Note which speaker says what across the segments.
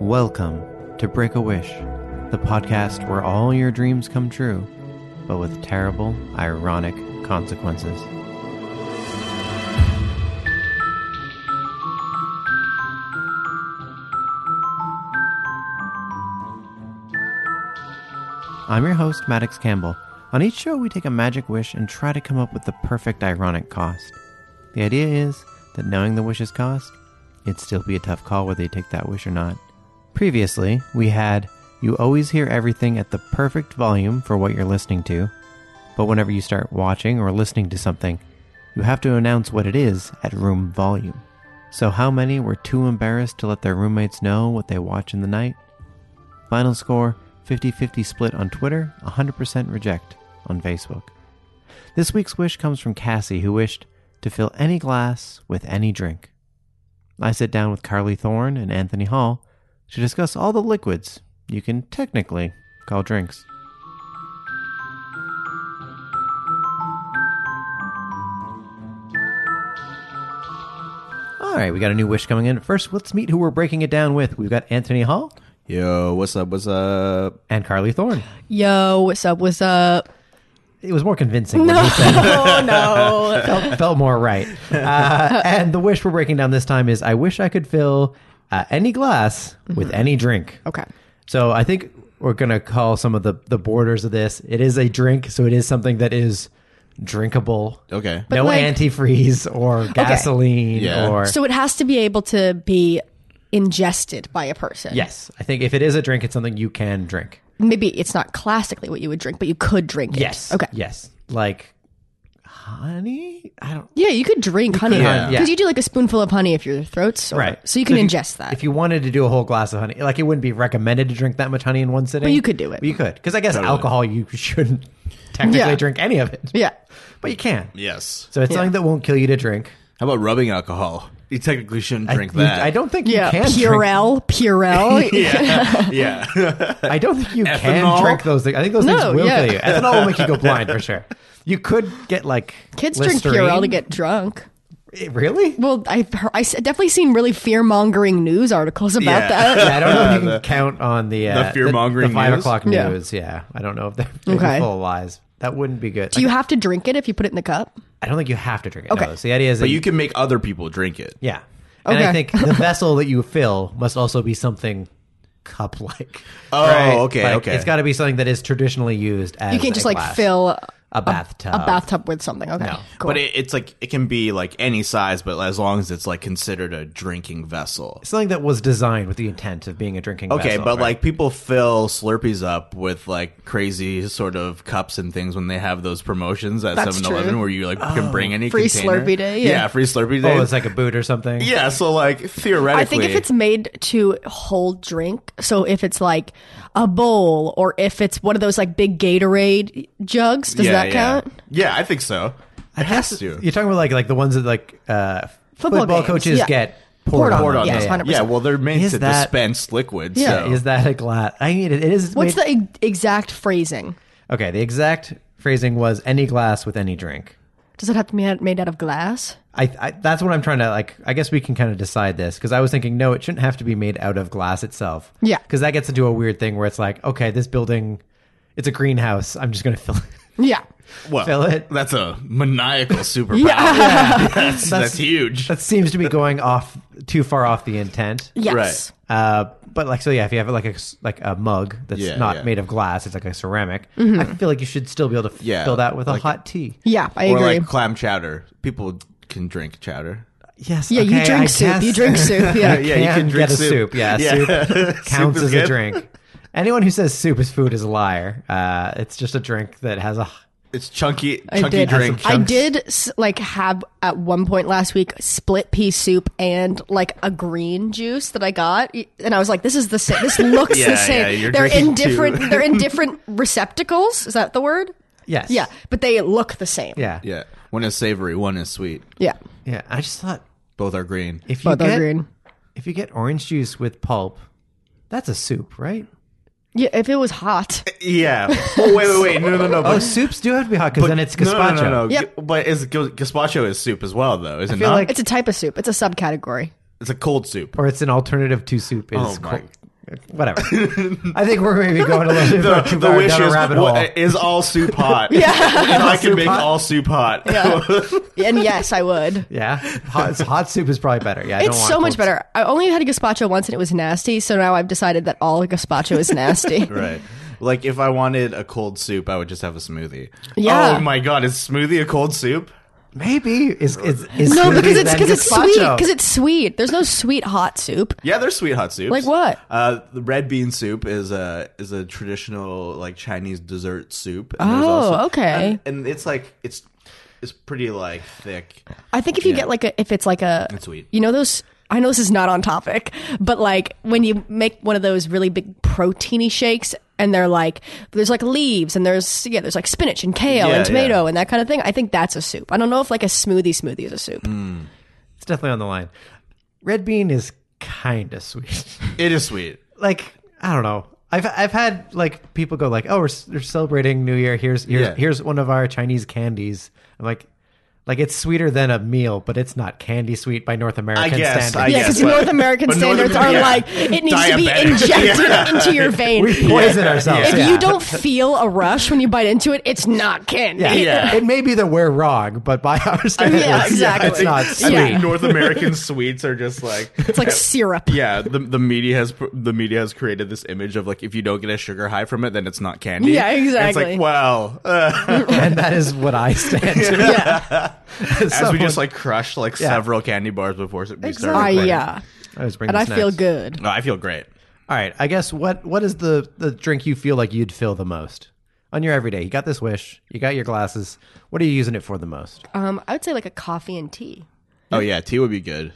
Speaker 1: Welcome to Break a Wish, the podcast where all your dreams come true, but with terrible, ironic consequences. I'm your host, Maddox Campbell. On each show, we take a magic wish and try to come up with the perfect ironic cost. The idea is that knowing the wish's cost, it'd still be a tough call whether you take that wish or not. Previously, we had you always hear everything at the perfect volume for what you're listening to, but whenever you start watching or listening to something, you have to announce what it is at room volume. So, how many were too embarrassed to let their roommates know what they watch in the night? Final score 50 50 split on Twitter, 100% reject on Facebook. This week's wish comes from Cassie, who wished to fill any glass with any drink. I sit down with Carly Thorne and Anthony Hall to discuss all the liquids you can technically call drinks. All right, we got a new wish coming in. First, let's meet who we're breaking it down with. We've got Anthony Hall
Speaker 2: Yo, what's up? What's up?
Speaker 1: and Carly Thorne.
Speaker 3: Yo, what's up? What's up?
Speaker 1: It was more convincing when
Speaker 3: No,
Speaker 1: he said
Speaker 3: no.
Speaker 1: felt, felt more right. Uh, and the wish we're breaking down this time is I wish I could fill uh, any glass with any drink.
Speaker 3: Okay.
Speaker 1: So I think we're going to call some of the, the borders of this. It is a drink, so it is something that is drinkable.
Speaker 2: Okay.
Speaker 1: no
Speaker 3: like-
Speaker 1: antifreeze or gasoline
Speaker 2: Yeah.
Speaker 1: or.
Speaker 3: So it has to be able to be ingested by a person.
Speaker 1: yes. I think if it is a drink, it's something you can drink.
Speaker 3: Maybe it's not classically what you would drink, but you could drink it.
Speaker 1: Yes.
Speaker 3: Okay.
Speaker 1: Yes. Like honey? I don't.
Speaker 3: Yeah, you could drink honey.
Speaker 1: could,
Speaker 3: Because
Speaker 1: yeah.
Speaker 3: you do like a spoonful of honey if your throat's sore.
Speaker 1: Right.
Speaker 3: So you can
Speaker 1: if
Speaker 3: ingest that.
Speaker 1: If you wanted to do a whole glass of honey, like it wouldn't be recommended to drink that much honey in one sitting.
Speaker 3: you could do it.
Speaker 1: You could. Because I guess alcohol, you shouldn't technically
Speaker 3: Yeah.
Speaker 1: drink any of it.
Speaker 3: yeah.
Speaker 1: But you can.
Speaker 2: Yes.
Speaker 1: So it's something that won't kill you to drink.
Speaker 2: How about rubbing alcohol? You technically shouldn't drink
Speaker 1: I, you-
Speaker 2: that.
Speaker 1: I don't think
Speaker 3: Yeah.
Speaker 1: you can drink.
Speaker 3: Purell. Purell.
Speaker 2: Yeah. yeah.
Speaker 1: I don't think you
Speaker 2: Ethanol?
Speaker 1: can drink those things. I think those
Speaker 3: No,
Speaker 1: things will
Speaker 3: yeah.
Speaker 1: kill you. Ethanol will make you go blind for sure. You could get like
Speaker 3: Kids
Speaker 1: Listerine.
Speaker 3: drink Purell to get drunk.
Speaker 1: Eh, really.
Speaker 3: Well, I've, heard, I've definitely seen really fear mongering news articles about
Speaker 2: Yeah.
Speaker 3: that.
Speaker 1: Yeah, I don't know if you can count on the uh, the,
Speaker 2: fear-mongering
Speaker 1: the five
Speaker 2: news?
Speaker 1: o'clock
Speaker 3: Yeah.
Speaker 1: news. Yeah. I don't know if they're, they're
Speaker 3: Okay.
Speaker 1: full of lies. That wouldn't be good.
Speaker 3: Do you have to drink it if you put it in the cup?
Speaker 1: I don't think you have to drink it.
Speaker 3: Okay.
Speaker 1: No. So the idea is that
Speaker 2: But you can make other people drink it.
Speaker 1: yeah. And I
Speaker 3: Okay.
Speaker 1: think the vessel that you fill must also be something cup like.
Speaker 2: Oh, okay, okay.
Speaker 1: It's got to be something that is traditionally used as
Speaker 3: You can't
Speaker 1: a
Speaker 3: just like
Speaker 1: glass.
Speaker 3: fill
Speaker 1: a bathtub.
Speaker 3: a bathtub with something. Okay,
Speaker 1: No.
Speaker 3: cool.
Speaker 2: But it, it's like it can be like any size, but as long as it's like considered a drinking vessel.
Speaker 1: something that was designed with the intent of being a drinking
Speaker 2: Okay,
Speaker 1: vessel,
Speaker 2: but
Speaker 1: right?
Speaker 2: like people fill Slurpees up with like crazy sort of cups and things when they have those promotions at
Speaker 3: That's
Speaker 2: 7-Eleven
Speaker 3: true.
Speaker 2: where you like can bring any
Speaker 3: Free
Speaker 2: container.
Speaker 3: Slurpee day, yeah.
Speaker 2: free Slurpee day.
Speaker 1: oh, it's like a boot or something.
Speaker 2: yeah, so like theoretically
Speaker 3: I think if it's made to hold drink, so if it's like a bowl or if it's one of those like big Gatorade jugs, does that count?
Speaker 2: Yeah. yeah, I think so. It has to.
Speaker 1: You're talking about like like the ones that like uh, football,
Speaker 3: Football games,
Speaker 1: coaches
Speaker 3: yeah.
Speaker 1: get poured,
Speaker 3: Poured on
Speaker 2: poured
Speaker 1: them.
Speaker 2: on
Speaker 3: Yes,
Speaker 2: them.
Speaker 3: 100%.
Speaker 2: Yeah, well, they're meant
Speaker 1: Is
Speaker 2: to
Speaker 1: that-
Speaker 2: dispense liquids.
Speaker 3: Yeah.
Speaker 2: so.
Speaker 1: Is that a glass? I mean, it, it is.
Speaker 3: What's
Speaker 1: made-
Speaker 3: the e- exact phrasing?
Speaker 1: Okay, the exact phrasing was any glass with any drink.
Speaker 3: Does it have to be had- made out of glass?
Speaker 1: I, I that's what I'm trying to like. I guess we can kind of decide this because I was thinking, no, it shouldn't have to be made out of glass itself.
Speaker 3: Yeah.
Speaker 1: because that gets into a weird thing where it's like, okay, this building, it's a greenhouse. I'm just gonna fill it.
Speaker 3: Yeah,
Speaker 2: well,
Speaker 1: fill it.
Speaker 2: That's a maniacal superpower.
Speaker 3: Yeah.
Speaker 2: that's, that's huge.
Speaker 1: That seems to be going off too far off the intent.
Speaker 3: yes.
Speaker 1: Uh, but like, so yeah, if you have like a s- like a mug that's
Speaker 2: Yeah,
Speaker 1: not
Speaker 2: yeah.
Speaker 1: made of glass, it's like a ceramic.
Speaker 3: Mm-hmm.
Speaker 1: I feel like you should still be able to f-
Speaker 2: Yeah,
Speaker 1: fill that with a
Speaker 2: like-
Speaker 1: hot tea.
Speaker 3: Yeah, I
Speaker 2: or
Speaker 3: agree.
Speaker 2: like clam chowder. People can drink chowder.
Speaker 1: Yes.
Speaker 3: yeah,
Speaker 1: okay,
Speaker 3: you
Speaker 1: I
Speaker 3: drink soup. You
Speaker 1: guess.
Speaker 3: drink soup. Yeah.
Speaker 2: Yeah, you can drink
Speaker 1: get a
Speaker 2: soup.
Speaker 1: soup. Yeah,
Speaker 2: Yeah.
Speaker 1: soup
Speaker 2: Soup
Speaker 1: counts
Speaker 2: is
Speaker 1: as
Speaker 2: good.
Speaker 1: a drink. Anyone who says soup is food is a liar. Uh, it's just a drink that has a.
Speaker 2: It's chunky,
Speaker 3: I
Speaker 2: chunky
Speaker 3: did.
Speaker 2: drink.
Speaker 3: I did s- like have at one point last week split pea soup and like a green juice that I got, and I was like, "This is the same. This looks
Speaker 2: Yeah,
Speaker 3: the same.
Speaker 2: yeah, you're
Speaker 3: they're
Speaker 2: drinking
Speaker 3: in
Speaker 2: two.
Speaker 3: different. they're in different receptacles. Is that the word?
Speaker 1: Yes.
Speaker 3: Yeah, but they look the same.
Speaker 1: Yeah. Yeah.
Speaker 2: Yeah, one is savory, one is sweet.
Speaker 3: yeah.
Speaker 1: yeah. I just thought
Speaker 2: Both are green.
Speaker 1: if you
Speaker 3: But they're
Speaker 1: get
Speaker 3: green.
Speaker 1: if you get orange juice with pulp, that's a soup, right?
Speaker 3: Yeah, if it was hot,
Speaker 2: Yeah. Oh wait, wait, wait. No, no, no.
Speaker 1: Oh,
Speaker 2: But,
Speaker 1: soups do have to be hot because then it's
Speaker 2: no, no,
Speaker 1: gazpacho.
Speaker 2: no, no.
Speaker 3: Yep.
Speaker 2: But is gazpacho is soup as well, though? Is it
Speaker 1: feel
Speaker 2: not?
Speaker 1: like-
Speaker 3: it's a type of soup. It's a subcategory.
Speaker 2: it's a cold soup.
Speaker 1: Or it's an alternative to soup. Is
Speaker 2: Oh my
Speaker 1: cold- whatever. I think we're maybe going a little bit
Speaker 2: The,
Speaker 1: too
Speaker 2: the
Speaker 1: far
Speaker 2: wish
Speaker 1: down
Speaker 2: is,
Speaker 1: a rabbit
Speaker 2: what-
Speaker 1: hole.
Speaker 2: is all soup hot.
Speaker 3: Yeah.
Speaker 2: if I could
Speaker 1: Soup
Speaker 2: make
Speaker 1: hot?
Speaker 2: all soup hot.
Speaker 3: and yes, I would.
Speaker 1: yeah, hot, hot soup is probably better. Yeah, I don't
Speaker 3: It's
Speaker 1: want
Speaker 3: so much
Speaker 1: cold
Speaker 3: better. I only had a gazpacho once and it was nasty, so now I've decided that all gazpacho is nasty.
Speaker 2: right. Like if I wanted a cold soup, I would just have a smoothie.
Speaker 3: Yeah.
Speaker 2: Oh my god, is smoothie a cold soup?
Speaker 1: soup. Maybe is is, is
Speaker 3: No, because
Speaker 1: smoothies
Speaker 3: it's
Speaker 1: than
Speaker 3: because it's
Speaker 1: gazpacho.
Speaker 3: sweet. Because it's sweet. There's no sweet hot soup.
Speaker 2: Yeah, they're sweet hot soups.
Speaker 3: Like what?
Speaker 2: Uh, the red bean soup is a is a traditional like Chinese dessert soup. And there's
Speaker 3: Oh,
Speaker 2: also-
Speaker 3: okay.
Speaker 2: And, and it's like it's it's pretty like thick
Speaker 3: I think if you get like a if it's like a
Speaker 2: and sweet.
Speaker 3: you know those I know this is not on topic, but like when you make one of those really big proteiny shakes and they're like there's like leaves and there's yeah, there's like spinach and kale
Speaker 2: Yeah,
Speaker 3: and tomato and that kind of thing. I think that's a soup. I don't know if like a smoothie smoothie is a soup.
Speaker 2: Mm.
Speaker 1: It's definitely on the line. Red bean is kind of sweet.
Speaker 2: It is sweet.
Speaker 1: like I don't know. I've I've had like people go like, oh, we're, s- we're celebrating New Year. Here's here's
Speaker 2: Yeah.
Speaker 1: here's one of our Chinese candies. I'm like, like it's sweeter than a meal, but it's not candy sweet by North American
Speaker 2: guess, I
Speaker 1: standards.
Speaker 3: Yeah,
Speaker 2: guess,
Speaker 3: because
Speaker 2: but-
Speaker 3: North American
Speaker 2: but North
Speaker 3: standards
Speaker 2: Amer-
Speaker 3: are
Speaker 2: yeah.
Speaker 3: like it needs to
Speaker 2: Diabetic.
Speaker 3: be injected into your vein.
Speaker 1: we poison ourselves.
Speaker 3: If
Speaker 1: yeah.
Speaker 3: you don't feel a rush when you bite into it, it's not candy.
Speaker 1: yeah.
Speaker 2: Yeah.
Speaker 1: it may be that we're wrong, but by our standards,
Speaker 3: Oh, exactly.
Speaker 1: it's not
Speaker 2: I
Speaker 1: sweet.
Speaker 3: Yeah.
Speaker 2: think North American sweets are just like
Speaker 3: It's like syrup.
Speaker 2: yeah. The the media has pr- the media has created this image of like if you don't get a sugar high from it, then it's not candy.
Speaker 3: Yeah,
Speaker 2: And
Speaker 3: exactly.
Speaker 2: it's like well, uh,
Speaker 1: And that is what I stand to.
Speaker 3: Yeah.
Speaker 1: As
Speaker 2: as we
Speaker 1: someone-
Speaker 2: just like crushed like several candy bars before we started.
Speaker 3: Ah,
Speaker 2: recording.
Speaker 3: yeah.
Speaker 1: I was bringing
Speaker 3: And I
Speaker 1: snacks.
Speaker 3: feel good.
Speaker 2: No, I feel great.
Speaker 1: All right, I guess what what is the the drink you feel like you'd fill the most on your everyday? You got this wish, you got your glasses. What are you using it for the most?
Speaker 3: Um, I would say like a coffee and tea.
Speaker 2: Oh yeah, tea would be good.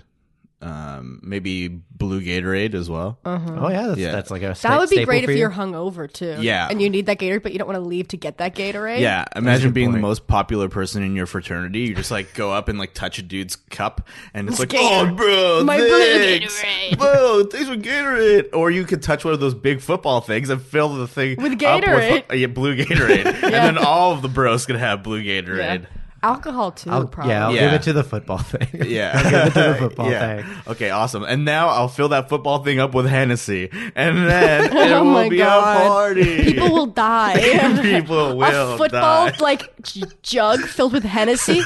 Speaker 2: Um, maybe blue Gatorade as well.
Speaker 1: Oh yeah, that's,
Speaker 2: Yeah.
Speaker 1: that's like a
Speaker 3: Uh-huh. That would be great if
Speaker 1: you.
Speaker 3: you're hungover too.
Speaker 2: Yeah.
Speaker 3: And you need that Gatorade, but you don't want to leave to get that Gatorade.
Speaker 2: Yeah, imagine being the
Speaker 1: point.
Speaker 2: most popular person in your fraternity. You just like go up and like touch a dude's cup, and it's like,
Speaker 3: Gator-
Speaker 2: oh, bro,
Speaker 3: my blue
Speaker 2: thanks,
Speaker 3: Gatorade."
Speaker 2: bro, thanks for Gatorade. Or you could touch one of those big football things and fill the thing
Speaker 3: With
Speaker 2: up
Speaker 3: Gatorade.
Speaker 2: uh, yeah, blue Gatorade, and then all of the bros could have blue
Speaker 3: Yeah.
Speaker 2: Gatorade.
Speaker 3: Alcohol too,
Speaker 1: I'll,
Speaker 3: probably.
Speaker 1: yeah, I'll
Speaker 2: Yeah.
Speaker 1: give it to the football thing.
Speaker 2: Yeah,
Speaker 1: I'll give it to the football
Speaker 2: yeah.
Speaker 1: thing.
Speaker 2: Okay, awesome. And now I'll fill that football thing up with Hennessy, and then it
Speaker 3: Oh
Speaker 2: will
Speaker 3: my
Speaker 2: be
Speaker 3: God.
Speaker 2: a party.
Speaker 3: People will die.
Speaker 2: People will
Speaker 3: a football
Speaker 2: die.
Speaker 3: like j- jug filled with Hennessy.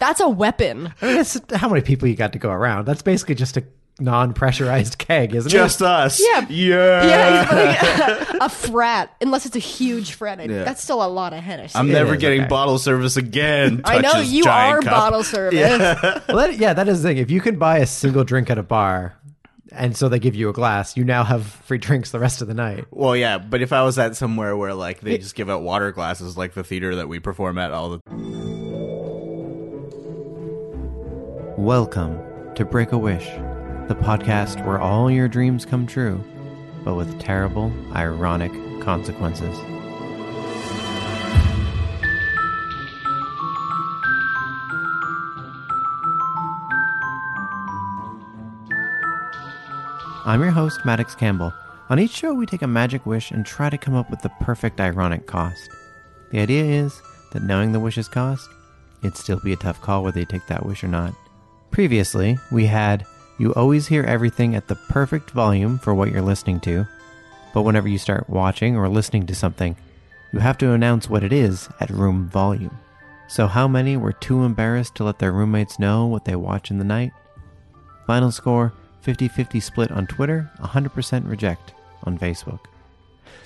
Speaker 3: That's a weapon.
Speaker 1: I mean, that's how many people you got to go around. That's basically just a non-pressurized keg, isn't
Speaker 2: just us.
Speaker 3: Yeah.
Speaker 2: Yeah.
Speaker 3: Yeah, it's like a frat, unless it's a huge frat. I- That's still a lot of Hennessy.
Speaker 2: I'm never
Speaker 1: is,
Speaker 2: getting
Speaker 1: okay.
Speaker 2: bottle service again.
Speaker 3: I know
Speaker 2: Touches
Speaker 3: you
Speaker 2: giant
Speaker 3: are
Speaker 2: cup.
Speaker 3: bottle service.
Speaker 1: it? Well, that, yeah, that is the thing. If you can buy a single drink at a bar, and so they give you a glass, you now have free drinks the rest of the night.
Speaker 2: Well, yeah, but if I was at somewhere where like they just give out water glasses, like the theater that we perform at all the
Speaker 1: Welcome to Break a Wish, the podcast where all your dreams come true, but with terrible, ironic consequences. I'm your host, Maddox Campbell. On each show, we take a magic wish and try to come up with the perfect ironic cost. The idea is that knowing the wish's cost, it'd still be a tough call whether you take that wish or not. Previously, we had you always hear everything at the perfect volume for what you're listening to, but whenever you start watching or listening to something, you have to announce what it is at room volume. So, how many were too embarrassed to let their roommates know what they watch in the night? Final score 50 50 split on Twitter, 100% reject on Facebook.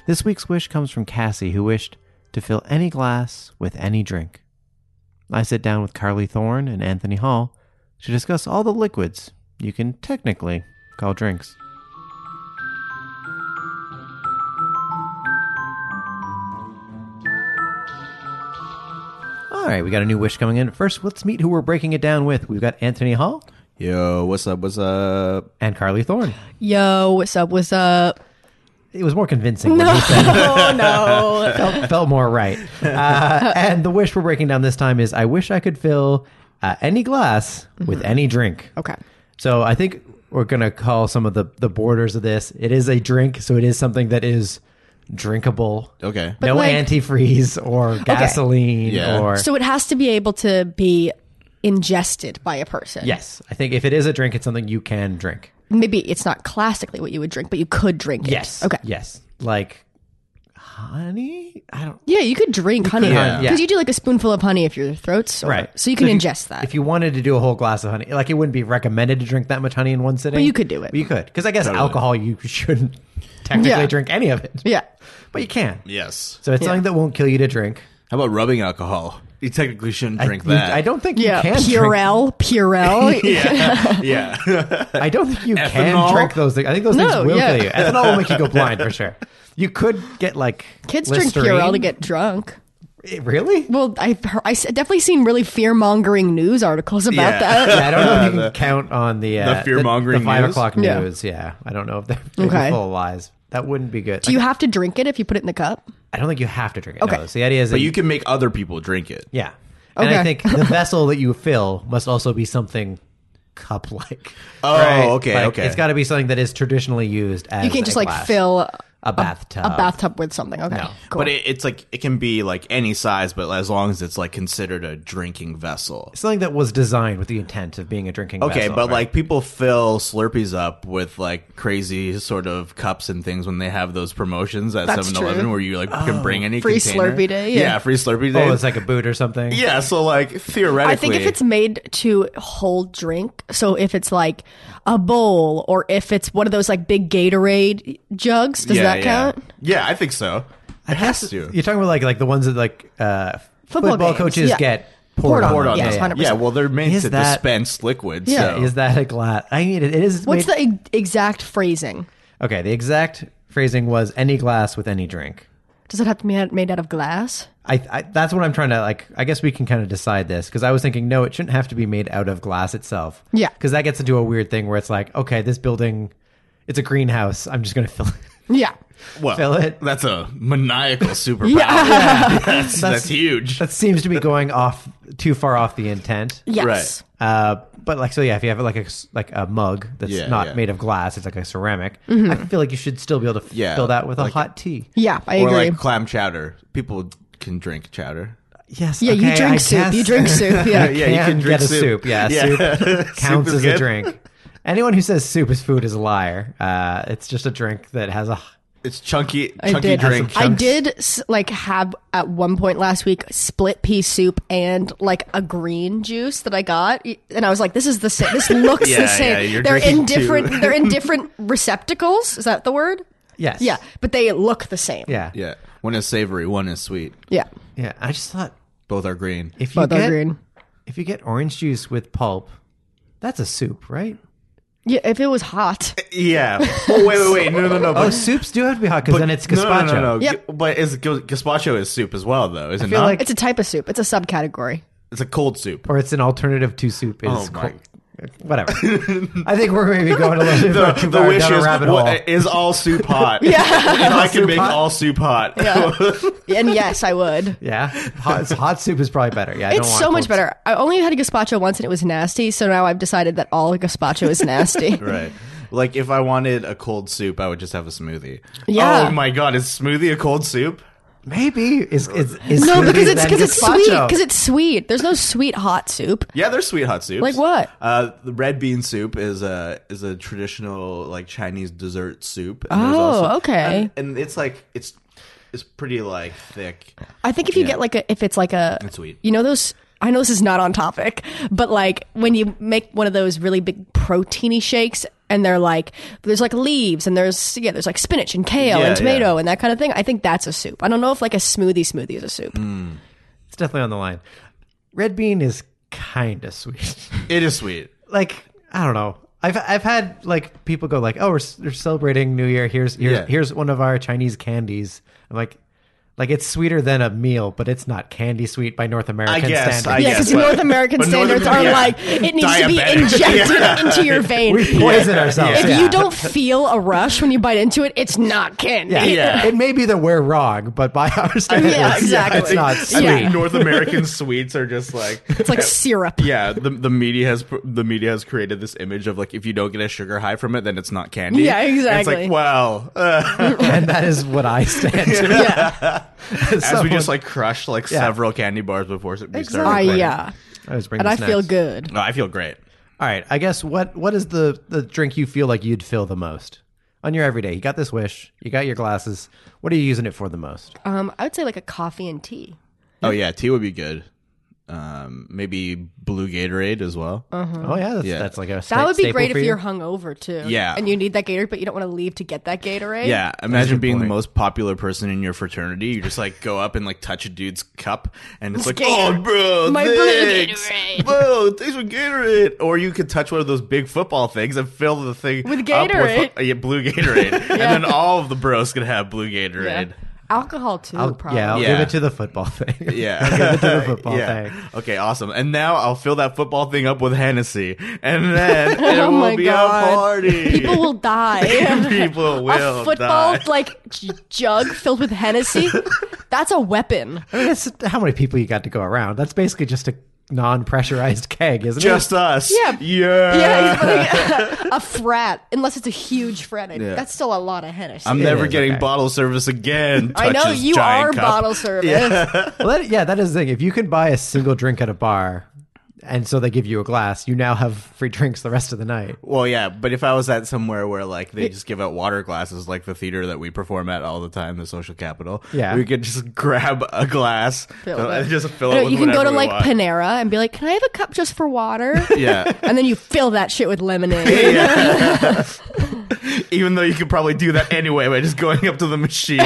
Speaker 1: This week's wish comes from Cassie, who wished to fill any glass with any drink. I sit down with Carly Thorne and Anthony Hall to discuss all the liquids you can technically call drinks. All right, we got a new wish coming in. First, let's meet who we're breaking it down with. We've got Anthony Hall
Speaker 2: Yo, what's up? What's up?
Speaker 1: and Carly Thorne.
Speaker 3: Yo, what's up? What's up?
Speaker 1: It was more convincing. when
Speaker 3: No,
Speaker 1: he said
Speaker 3: no.
Speaker 1: felt, felt more right. Uh, and the wish we're breaking down this time is I wish I could fill uh, any glass with any drink.
Speaker 3: Okay.
Speaker 1: So I think we're going to call some of the, the borders of this. It is a drink, so it is something that is drinkable.
Speaker 2: Okay.
Speaker 1: no
Speaker 3: like-
Speaker 1: antifreeze or gasoline
Speaker 2: Yeah.
Speaker 1: or.
Speaker 3: So it has to be able to be ingested by a person.
Speaker 1: yes, I think if it is a drink, it's something you can drink.
Speaker 3: maybe it's not classically what you would drink, but you could drink it.
Speaker 1: Yes.
Speaker 3: Okay.
Speaker 1: Yes. Like
Speaker 4: honey. I don't.
Speaker 3: Yeah, you could drink honey
Speaker 1: could,
Speaker 3: because
Speaker 1: yeah.
Speaker 3: you do like a spoonful of honey if your throat's sore.
Speaker 1: right.
Speaker 3: So you can
Speaker 1: if
Speaker 3: ingest that.
Speaker 1: If you wanted to do a whole glass of honey, like it wouldn't be recommended to drink that much honey in one sitting.
Speaker 3: you could do it.
Speaker 1: But you could. Because I guess alcohol you shouldn't technically
Speaker 3: Yeah.
Speaker 1: drink any of it.
Speaker 3: yeah.
Speaker 1: But you can.
Speaker 2: Yes.
Speaker 1: So it's something that won't kill you to drink.
Speaker 2: How about rubbing alcohol? You technically shouldn't
Speaker 1: I,
Speaker 2: drink
Speaker 1: you-
Speaker 2: that.
Speaker 1: I don't think
Speaker 3: Yeah.
Speaker 1: you can drink.
Speaker 3: Purell. Purell.
Speaker 2: Yeah. yeah.
Speaker 1: I don't think you can
Speaker 2: Ethanol?
Speaker 1: drink those things. I think those
Speaker 3: No,
Speaker 1: things will
Speaker 3: yeah.
Speaker 1: kill you. Ethanol will make you go blind for sure. You could get like
Speaker 3: Kids
Speaker 1: Listerine.
Speaker 3: drink Purell to get drunk.
Speaker 1: Eh, really.
Speaker 3: Well, I've heard, I s- definitely seen really fear mongering news articles
Speaker 2: Yeah.
Speaker 3: about that.
Speaker 1: Yeah, I don't know if you can count on the uh,
Speaker 2: the fear-mongering
Speaker 1: the, five
Speaker 2: news?
Speaker 1: o'clock
Speaker 3: Yeah.
Speaker 1: news. Yeah. I don't know if they're they're
Speaker 3: Okay.
Speaker 1: full of lies. That wouldn't be good.
Speaker 3: Do you have to drink it if you put it in the cup?
Speaker 1: I don't think you have to drink it.
Speaker 3: Okay.
Speaker 1: No. So the idea is that
Speaker 2: But you can make other people drink it.
Speaker 1: yeah. And I
Speaker 3: Okay.
Speaker 1: think the vessel that you fill must also be something cup like.
Speaker 2: Oh, okay, okay.
Speaker 1: It's got to be something that is traditionally used as
Speaker 3: You can't
Speaker 1: a
Speaker 3: just like
Speaker 1: glass. Uh,
Speaker 3: fill a,
Speaker 1: a bathtub.
Speaker 3: bathtub with something. Okay. Cool.
Speaker 2: But it, it's like it can be like any size, but as long as it's like considered a drinking vessel.
Speaker 1: something that was designed with the intent of being a drinking
Speaker 2: Okay,
Speaker 1: vessel,
Speaker 2: but
Speaker 1: right?
Speaker 2: like people fill Slurpees up with like crazy sort of cups and things when they have those promotions at
Speaker 3: That's
Speaker 2: 7-Eleven
Speaker 3: true. Oh,
Speaker 2: where you like can bring any
Speaker 3: Free
Speaker 2: container.
Speaker 3: Slurpee day, yeah.
Speaker 2: free Slurpee day.
Speaker 1: oh, it's like a boot or something.
Speaker 2: yeah, so like theoretically,
Speaker 3: I think if it's made to hold drink, so if it's like a bowl or if it's one of those like big Gatorade jugs, does
Speaker 2: yeah,
Speaker 3: that
Speaker 2: yeah.
Speaker 3: count?
Speaker 2: Yeah, I think so. I
Speaker 1: That's-
Speaker 2: has to.
Speaker 1: You're talking about like like the ones that like uh,
Speaker 3: Football
Speaker 1: football,
Speaker 3: games,
Speaker 1: coaches
Speaker 3: yeah.
Speaker 1: get poured,
Speaker 3: Poured on
Speaker 2: Poured
Speaker 1: them.
Speaker 2: on
Speaker 3: yes,
Speaker 2: them.
Speaker 3: 100%.
Speaker 2: yeah, well, they're made
Speaker 1: Is
Speaker 2: to
Speaker 1: that-
Speaker 2: dispense liquid.
Speaker 3: Yeah.
Speaker 2: so.
Speaker 1: Is that a glass? I mean, it, it is.
Speaker 3: What's
Speaker 1: made-
Speaker 3: the e- exact phrasing?
Speaker 1: okay? The exact phrasing was any glass with any drink.
Speaker 3: Does it have to be had- made out of glass?
Speaker 1: I, I that's what I'm trying to like. I guess we can kind of decide this because I was thinking no, it shouldn't have to be made out of glass itself.
Speaker 3: Yeah.
Speaker 1: because that gets into a weird thing where it's like, okay, this building, it's a greenhouse. I'm just gonna fill it.
Speaker 3: Yeah.
Speaker 2: well,
Speaker 1: fill it.
Speaker 2: That's a maniacal superpower.
Speaker 3: Yeah.
Speaker 2: that's, that's huge.
Speaker 1: That seems to be going off too far off the intent.
Speaker 3: Yes.
Speaker 1: Uh, but like so, yeah. If you have like a s- like a mug that's
Speaker 2: Yeah,
Speaker 1: not
Speaker 2: yeah.
Speaker 1: made of glass, it's like a ceramic.
Speaker 3: Mm-hmm.
Speaker 1: I feel like you should still be able to f-
Speaker 2: Yeah,
Speaker 1: fill that with a
Speaker 2: like-
Speaker 1: hot tea.
Speaker 3: Yeah, I
Speaker 2: or
Speaker 3: agree.
Speaker 2: like clam chowder. People can drink chowder.
Speaker 1: Yes.
Speaker 3: yeah,
Speaker 1: okay,
Speaker 3: you drink
Speaker 1: I
Speaker 3: soup. You
Speaker 1: guess.
Speaker 3: drink soup. Yeah.
Speaker 2: Yeah, you
Speaker 1: can
Speaker 2: can
Speaker 1: get
Speaker 2: drink
Speaker 1: a
Speaker 2: soup.
Speaker 1: soup. Yeah,
Speaker 2: Yeah.
Speaker 1: soup counts
Speaker 2: Soup is
Speaker 1: as
Speaker 2: good.
Speaker 1: a drink. Anyone who says soup is food is a liar. Uh, it's just a drink that has a.
Speaker 2: It's chunky,
Speaker 3: I
Speaker 2: chunky
Speaker 3: did.
Speaker 2: drink.
Speaker 3: I did s- like have at one point last week split pea soup and like a green juice that I got, and I was like, "This is the same. This looks
Speaker 2: Yeah,
Speaker 3: the same.
Speaker 2: yeah, you're
Speaker 3: they're in
Speaker 2: drinking two.
Speaker 3: different. They're in different receptacles. Is that the word?
Speaker 1: Yes.
Speaker 3: Yeah, but they look the same.
Speaker 1: Yeah.
Speaker 2: Yeah, one is savory, one is sweet.
Speaker 3: yeah.
Speaker 1: Yeah. I just thought
Speaker 2: Both are green.
Speaker 1: if you
Speaker 3: But they're
Speaker 1: get
Speaker 3: green.
Speaker 1: if you get orange juice with pulp, that's a soup, right?
Speaker 3: Yeah, if it was hot,
Speaker 2: Yeah. Oh wait, wait, wait. No, no, no.
Speaker 1: Oh,
Speaker 2: But,
Speaker 1: soups do have to be hot because then it's
Speaker 2: no,
Speaker 1: gazpacho.
Speaker 2: No, no, no.
Speaker 3: Yep.
Speaker 2: G- But is g- gazpacho is soup as well, though? Is it
Speaker 1: feel
Speaker 2: not?
Speaker 1: like-
Speaker 3: it's a type of soup. It's a subcategory.
Speaker 2: it's a cold soup.
Speaker 1: Or it's an alternative to soup. Is
Speaker 2: Oh, my.
Speaker 1: cold. Whatever. I think we're maybe going a little bit
Speaker 2: The, eh,
Speaker 1: far too
Speaker 2: the
Speaker 1: far
Speaker 2: wish
Speaker 1: down a
Speaker 2: is,
Speaker 1: rabbit
Speaker 2: what-
Speaker 1: hole.
Speaker 2: is all soup hot.
Speaker 3: Yeah.
Speaker 2: If I can make
Speaker 1: hot?
Speaker 2: all soup hot.
Speaker 3: And yes, I would.
Speaker 1: yeah, hot, hot soup is probably better. Yeah, I don't
Speaker 3: It's
Speaker 1: want
Speaker 3: so much
Speaker 1: cold soup.
Speaker 3: better. I only had a gazpacho once and it was nasty, so now I've decided that all gazpacho is nasty.
Speaker 2: Right. Like if I wanted a cold soup, I would just have a smoothie.
Speaker 3: Yeah.
Speaker 2: Oh my god, is smoothie a cold soup?
Speaker 1: Maybe is is, is
Speaker 3: No,
Speaker 1: smoothies
Speaker 3: because it's
Speaker 1: than
Speaker 3: because it's
Speaker 1: gazpacho.
Speaker 3: sweet. Because it's sweet. There's no sweet hot soup.
Speaker 2: Yeah, there's sweet hot soups.
Speaker 3: Like what?
Speaker 2: Uh, the red bean soup is a is a traditional like Chinese dessert soup. And there's
Speaker 3: Oh,
Speaker 2: also-
Speaker 3: okay.
Speaker 2: And, and it's like it's it's pretty like thick.
Speaker 3: I think if you
Speaker 2: Yeah.
Speaker 3: get like a if it's like a
Speaker 2: It's sweet.
Speaker 3: You know those. I know this is not on topic, but like when you make one of those really big proteiny shakes and they're like there's like leaves and there's yeah there's like spinach and kale
Speaker 2: Yeah,
Speaker 3: and tomato and that kind of thing. I think that's a soup. I don't know if like a smoothie smoothie is a soup.
Speaker 2: Mm.
Speaker 1: It's definitely on the line. Red bean is kind of sweet.
Speaker 2: It is sweet.
Speaker 1: like I don't know. I've I've had like people go like, oh, we're, s- we're celebrating New Year. Here's here's
Speaker 2: Yeah.
Speaker 1: here's one of our Chinese candies. I'm like, like it's sweeter than a meal, but it's not candy sweet by North American
Speaker 2: I guess,
Speaker 1: standards.
Speaker 2: I
Speaker 3: Yeah,
Speaker 2: guess,
Speaker 3: because
Speaker 2: but-
Speaker 3: North American
Speaker 2: but North
Speaker 3: standards
Speaker 2: Amer-
Speaker 3: are
Speaker 2: yeah.
Speaker 3: like it needs to be
Speaker 2: Diabetic.
Speaker 3: injected into your vein.
Speaker 1: we poison ourselves.
Speaker 3: If
Speaker 1: yeah.
Speaker 3: you don't feel a rush when you bite into it, it's not candy.
Speaker 1: yeah.
Speaker 2: Yeah.
Speaker 1: it may be that we're wrong, but by our standards,
Speaker 3: exactly.
Speaker 1: it's not
Speaker 2: I
Speaker 1: sweet.
Speaker 2: think
Speaker 3: Yeah.
Speaker 2: North American sweets are just like
Speaker 3: It's like syrup.
Speaker 2: yeah. The the media has pr- the media has created this image of like if you don't get a sugar high from it, then it's not candy.
Speaker 3: Yeah,
Speaker 2: And it's
Speaker 3: exactly.
Speaker 2: like uh, wow.
Speaker 1: and that is what I stand to.
Speaker 3: Yeah.
Speaker 2: as we just like crushed like several candy bars before we started.
Speaker 1: Exactly.
Speaker 3: I,
Speaker 2: recording.
Speaker 3: Ah, yeah.
Speaker 1: I was bringing
Speaker 3: And I
Speaker 1: snacks.
Speaker 3: feel good.
Speaker 2: No, I feel great.
Speaker 1: All right. I guess what what is the the drink you feel like you'd fill the most on your everyday? You got this wish. You got your glasses. What are you using it for the most?
Speaker 3: Um, I would say like a coffee and tea.
Speaker 2: Oh yeah, tea would be good. Um, maybe blue Gatorade as well.
Speaker 1: Oh yeah, that's,
Speaker 2: Yeah.
Speaker 1: that's like a
Speaker 3: That would be great if
Speaker 1: for you.
Speaker 3: you're hungover too.
Speaker 2: Yeah.
Speaker 3: and you need that Gatorade, but you don't want to leave to get that Gatorade.
Speaker 2: Yeah, imagine being the most popular person in your fraternity. You just like go up and like touch a dude's cup, and it's like,
Speaker 3: Gator-
Speaker 2: oh, bro,
Speaker 3: my blue
Speaker 2: thanks,
Speaker 3: Gatorade."
Speaker 2: bro, thanks for Gatorade. Or you could touch one of those big football things and fill the thing
Speaker 3: With
Speaker 2: up
Speaker 3: Gatorade.
Speaker 2: uh, yeah, blue Gatorade, and then all of the bros could have blue
Speaker 3: Yeah.
Speaker 2: Gatorade.
Speaker 3: alcohol too.
Speaker 1: I'll,
Speaker 3: probably.
Speaker 1: yeah, I'll
Speaker 2: Yeah.
Speaker 1: give it to the football thing.
Speaker 2: Yeah.
Speaker 1: the football
Speaker 2: yeah.
Speaker 1: thing.
Speaker 2: Okay, awesome. And now I'll fill that football thing up with Hennessy, and then it
Speaker 3: Oh my
Speaker 2: will be
Speaker 3: God.
Speaker 2: a party.
Speaker 3: People will die.
Speaker 2: People will
Speaker 3: a football
Speaker 2: die.
Speaker 3: like j- jug filled with Hennessy. That's a weapon.
Speaker 1: I mean, that's how many people you got to go around. That's basically just a non-pressurized keg, isn't
Speaker 2: Just us.
Speaker 3: Yeah.
Speaker 2: Yeah.
Speaker 3: Yeah, he's like a frat, unless it's a huge frat. I- That's still a lot of Hennessy.
Speaker 2: I'm
Speaker 1: It
Speaker 2: never
Speaker 1: is,
Speaker 2: getting
Speaker 1: okay.
Speaker 2: bottle service again.
Speaker 3: I know
Speaker 2: Touches
Speaker 3: you
Speaker 2: giant
Speaker 3: are
Speaker 2: cup.
Speaker 3: bottle service.
Speaker 1: it? Well, that, yeah, that is the thing. If you can buy a single drink at a bar, and so they give you a glass, you now have free drinks the rest of the night.
Speaker 2: Well, yeah, but if I was at somewhere where like they just give out water glasses, like the theater that we perform at all the time, the Social Capital,
Speaker 1: Yeah.
Speaker 2: we could just grab a glass
Speaker 3: Fill
Speaker 2: uh,
Speaker 3: it.
Speaker 2: and just fill
Speaker 3: I
Speaker 2: it.
Speaker 3: know,
Speaker 2: With
Speaker 3: you can go
Speaker 2: whatever
Speaker 3: to
Speaker 2: we
Speaker 3: like
Speaker 2: want.
Speaker 3: Panera and be like, "Can I have a cup just for water?"
Speaker 2: Yeah.
Speaker 3: And then you fill that shit with lemonade.
Speaker 2: Yeah. Even though you could probably do that anyway by just going up to the machine,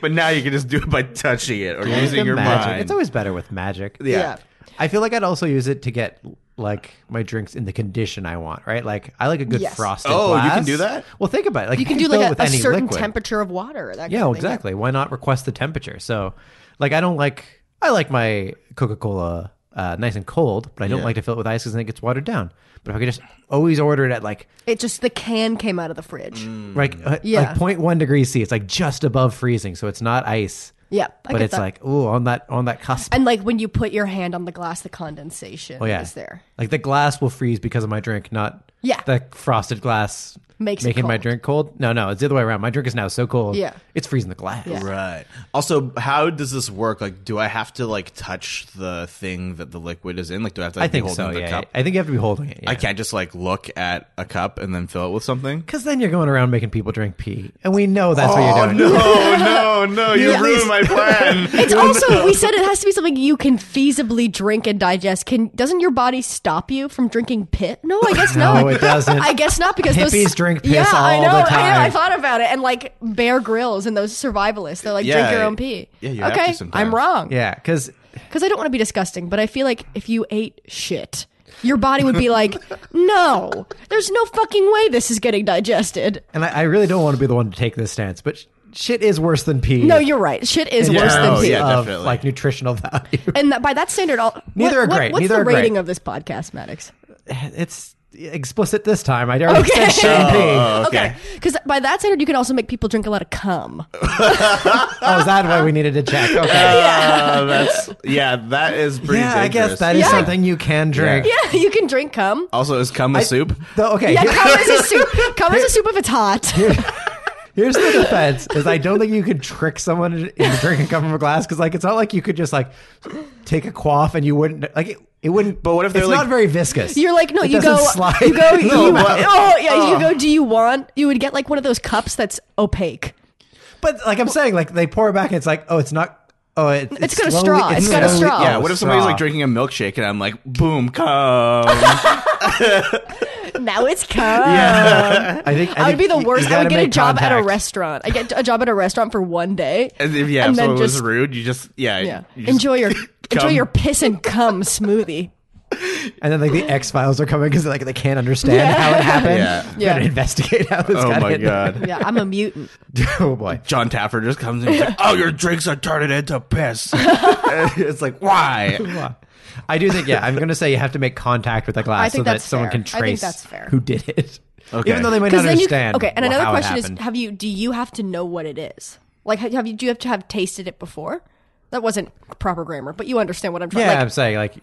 Speaker 2: but now you can just do it by touching it or using
Speaker 1: The
Speaker 2: your
Speaker 1: magic.
Speaker 2: mind.
Speaker 1: It's always better with magic.
Speaker 2: yeah.
Speaker 1: I feel like I'd also use it to get like my drinks in the condition I want, right? Like I like a good
Speaker 3: Yes.
Speaker 1: frosted
Speaker 2: Oh, you can
Speaker 1: glass.
Speaker 2: do that?
Speaker 1: Well, think about it. Like
Speaker 3: You can
Speaker 1: could
Speaker 3: do
Speaker 1: fill it
Speaker 3: like
Speaker 1: with
Speaker 3: a, a
Speaker 1: any
Speaker 3: certain
Speaker 1: liquid.
Speaker 3: temperature of water. That
Speaker 1: Yeah,
Speaker 3: kind
Speaker 1: well,
Speaker 3: of thing.
Speaker 1: exactly. Why not request the temperature? So, like, I don't like I like my Coca Cola uh, nice and cold, but I don't
Speaker 2: Yeah.
Speaker 1: like to fill it with ice because then it gets watered down. But if I could just always order it at like
Speaker 3: It just the can came out of the fridge.
Speaker 1: like
Speaker 2: Mm.
Speaker 1: uh,
Speaker 3: Yeah.
Speaker 1: like 0.1 degrees C, it's like just above freezing, so it's not ice.
Speaker 3: Yeah, I
Speaker 1: but
Speaker 3: get
Speaker 1: it's
Speaker 3: that.
Speaker 1: like ooh on that on that cusp.
Speaker 3: And like when you put your hand on the glass, the condensation
Speaker 1: oh yeah,
Speaker 3: is there.
Speaker 1: Like the glass will freeze because of my drink, not
Speaker 3: Yeah.
Speaker 1: the frosted glass
Speaker 3: Makes it
Speaker 1: making my
Speaker 3: cold.
Speaker 1: drink cold. No, no, it's the other way around. My drink is now so cold,
Speaker 3: Yeah.
Speaker 1: it's freezing the glass.
Speaker 3: Yeah.
Speaker 2: Right. Also, how does this work? Like, do I have to like touch the thing that the liquid is in? Like, do I have to?
Speaker 1: I
Speaker 2: Like,
Speaker 1: think
Speaker 2: be holding
Speaker 1: so.
Speaker 2: the
Speaker 1: Yeah,
Speaker 2: cup?
Speaker 1: I think you have to be holding it. Yeah.
Speaker 2: I can't just like look at a cup and then fill it with something. Oh,
Speaker 1: Because then you're going around making people drink pee, and we know that's
Speaker 3: Oh,
Speaker 1: what you're doing.
Speaker 2: no, no, no! You
Speaker 3: Yeah. ruined
Speaker 2: my plan.
Speaker 3: It's also we said it has to be something you can feasibly drink and digest. Can doesn't your body stop you from drinking pit? No, I guess
Speaker 1: No,
Speaker 3: not.
Speaker 1: it doesn't.
Speaker 3: I guess not because those,
Speaker 1: Hippies drink piss
Speaker 3: yeah, I
Speaker 1: all
Speaker 3: know,
Speaker 1: the
Speaker 3: I know. I
Speaker 1: time.
Speaker 3: thought about it, and like Bear Grylls and those survivalists, they're like drink
Speaker 2: Yeah,
Speaker 3: your own pee.
Speaker 2: yeah, you have to
Speaker 3: okay,
Speaker 2: sometimes.
Speaker 3: I'm wrong.
Speaker 1: Yeah, because
Speaker 3: because I don't want to be disgusting, but I feel like if you ate shit, your body would be like, no, there's no fucking way this is getting digested.
Speaker 1: and I, I really don't want to be the one to take this stance, but sh- shit is worse than pee.
Speaker 3: No, you're right. Shit is
Speaker 1: In
Speaker 3: worse
Speaker 1: terms
Speaker 3: than
Speaker 2: Oh,
Speaker 3: pee.
Speaker 2: yeah.
Speaker 1: of,
Speaker 2: definitely.
Speaker 1: like nutritional value.
Speaker 3: And that, by that standard, I'll,
Speaker 1: Neither
Speaker 3: what,
Speaker 1: are
Speaker 3: what-
Speaker 1: great.
Speaker 3: what's
Speaker 1: Neither
Speaker 3: the
Speaker 1: are great.
Speaker 3: rating of this podcast, Maddox?
Speaker 1: it's explicit this time. I already
Speaker 3: Okay.
Speaker 1: said shit and
Speaker 2: Oh.
Speaker 1: pee.
Speaker 3: Okay, because by that standard, you can also make people drink a lot of cum.
Speaker 1: Oh, is that why we needed to check? Okay.
Speaker 2: Uh, that's yeah. That is pretty.
Speaker 1: yeah, I guess
Speaker 2: dangerous.
Speaker 1: that is
Speaker 3: Yeah.
Speaker 1: something you can drink.
Speaker 2: Yeah.
Speaker 3: Yeah, you can drink cum.
Speaker 2: Also, is cum a soup?
Speaker 1: Though, okay.
Speaker 3: Yeah,
Speaker 1: here-
Speaker 3: cum is a soup. Cum is a soup if it's hot.
Speaker 1: Here's the defense: is I don't think you could trick someone into drinking cum from a glass because, like, it's not like you could just like take a quaff and you wouldn't like it. it wouldn't.
Speaker 2: But what if they're,
Speaker 1: it's
Speaker 2: like-
Speaker 1: not very viscous?
Speaker 3: You're like, no,
Speaker 1: It
Speaker 3: you
Speaker 1: doesn't
Speaker 3: go,
Speaker 1: slide
Speaker 3: you go,
Speaker 1: in
Speaker 3: you,
Speaker 1: the mouth.
Speaker 3: oh yeah, you go. Do you want? You would get like one of those cups that's opaque.
Speaker 1: But like I'm saying, like they pour it back, and it's like, oh, it's not. Oh, it,
Speaker 3: It's got a straw. It's got a
Speaker 1: slowly-
Speaker 3: straw.
Speaker 2: yeah.
Speaker 1: oh,
Speaker 2: What if somebody's
Speaker 1: straw.
Speaker 2: like drinking a milkshake and I'm like, boom, cum?
Speaker 3: Now it's cum.
Speaker 1: I think
Speaker 3: I would be the
Speaker 1: you-
Speaker 3: worst.
Speaker 1: you
Speaker 3: I would
Speaker 1: gotta
Speaker 3: get a
Speaker 1: make
Speaker 3: job at a
Speaker 1: contact.
Speaker 3: restaurant. I get a job at a restaurant for one day.
Speaker 2: And if yeah,
Speaker 3: And
Speaker 2: if
Speaker 3: then
Speaker 2: someone was
Speaker 3: just-
Speaker 2: rude, you just yeah,
Speaker 3: Yeah.
Speaker 2: you just-
Speaker 3: enjoy your enjoy
Speaker 2: Cum.
Speaker 3: your piss and cum smoothie.
Speaker 1: And then like the X Files are coming because like they can't understand how it happened.
Speaker 2: Yeah.
Speaker 1: We gotta
Speaker 3: Yeah.
Speaker 1: investigate how this.
Speaker 2: Oh
Speaker 1: got
Speaker 2: my
Speaker 1: in.
Speaker 2: god.
Speaker 3: Yeah, I'm a mutant.
Speaker 1: oh boy.
Speaker 2: John Taffer just comes in. And he's like, oh, your drinks are turning into piss. it's like why?
Speaker 1: I do think yeah. I'm gonna say you have to make contact with the glass
Speaker 3: I think
Speaker 1: so that
Speaker 3: that's
Speaker 1: someone
Speaker 3: fair.
Speaker 1: can
Speaker 3: I think
Speaker 1: trace
Speaker 3: that's fair.
Speaker 1: who did it.
Speaker 2: Okay.
Speaker 1: Even though they might not
Speaker 3: Because then you
Speaker 1: understand.
Speaker 3: okay. And
Speaker 1: wh-
Speaker 3: another
Speaker 1: how it
Speaker 3: question is:
Speaker 1: happened.
Speaker 3: Have you? Do you have to know what it is? Like, have have you? Do you have to have tasted it before? That wasn't proper grammar, but you understand what I'm trying.
Speaker 1: Yeah,
Speaker 3: like, Mm-hmm.
Speaker 1: I'm saying like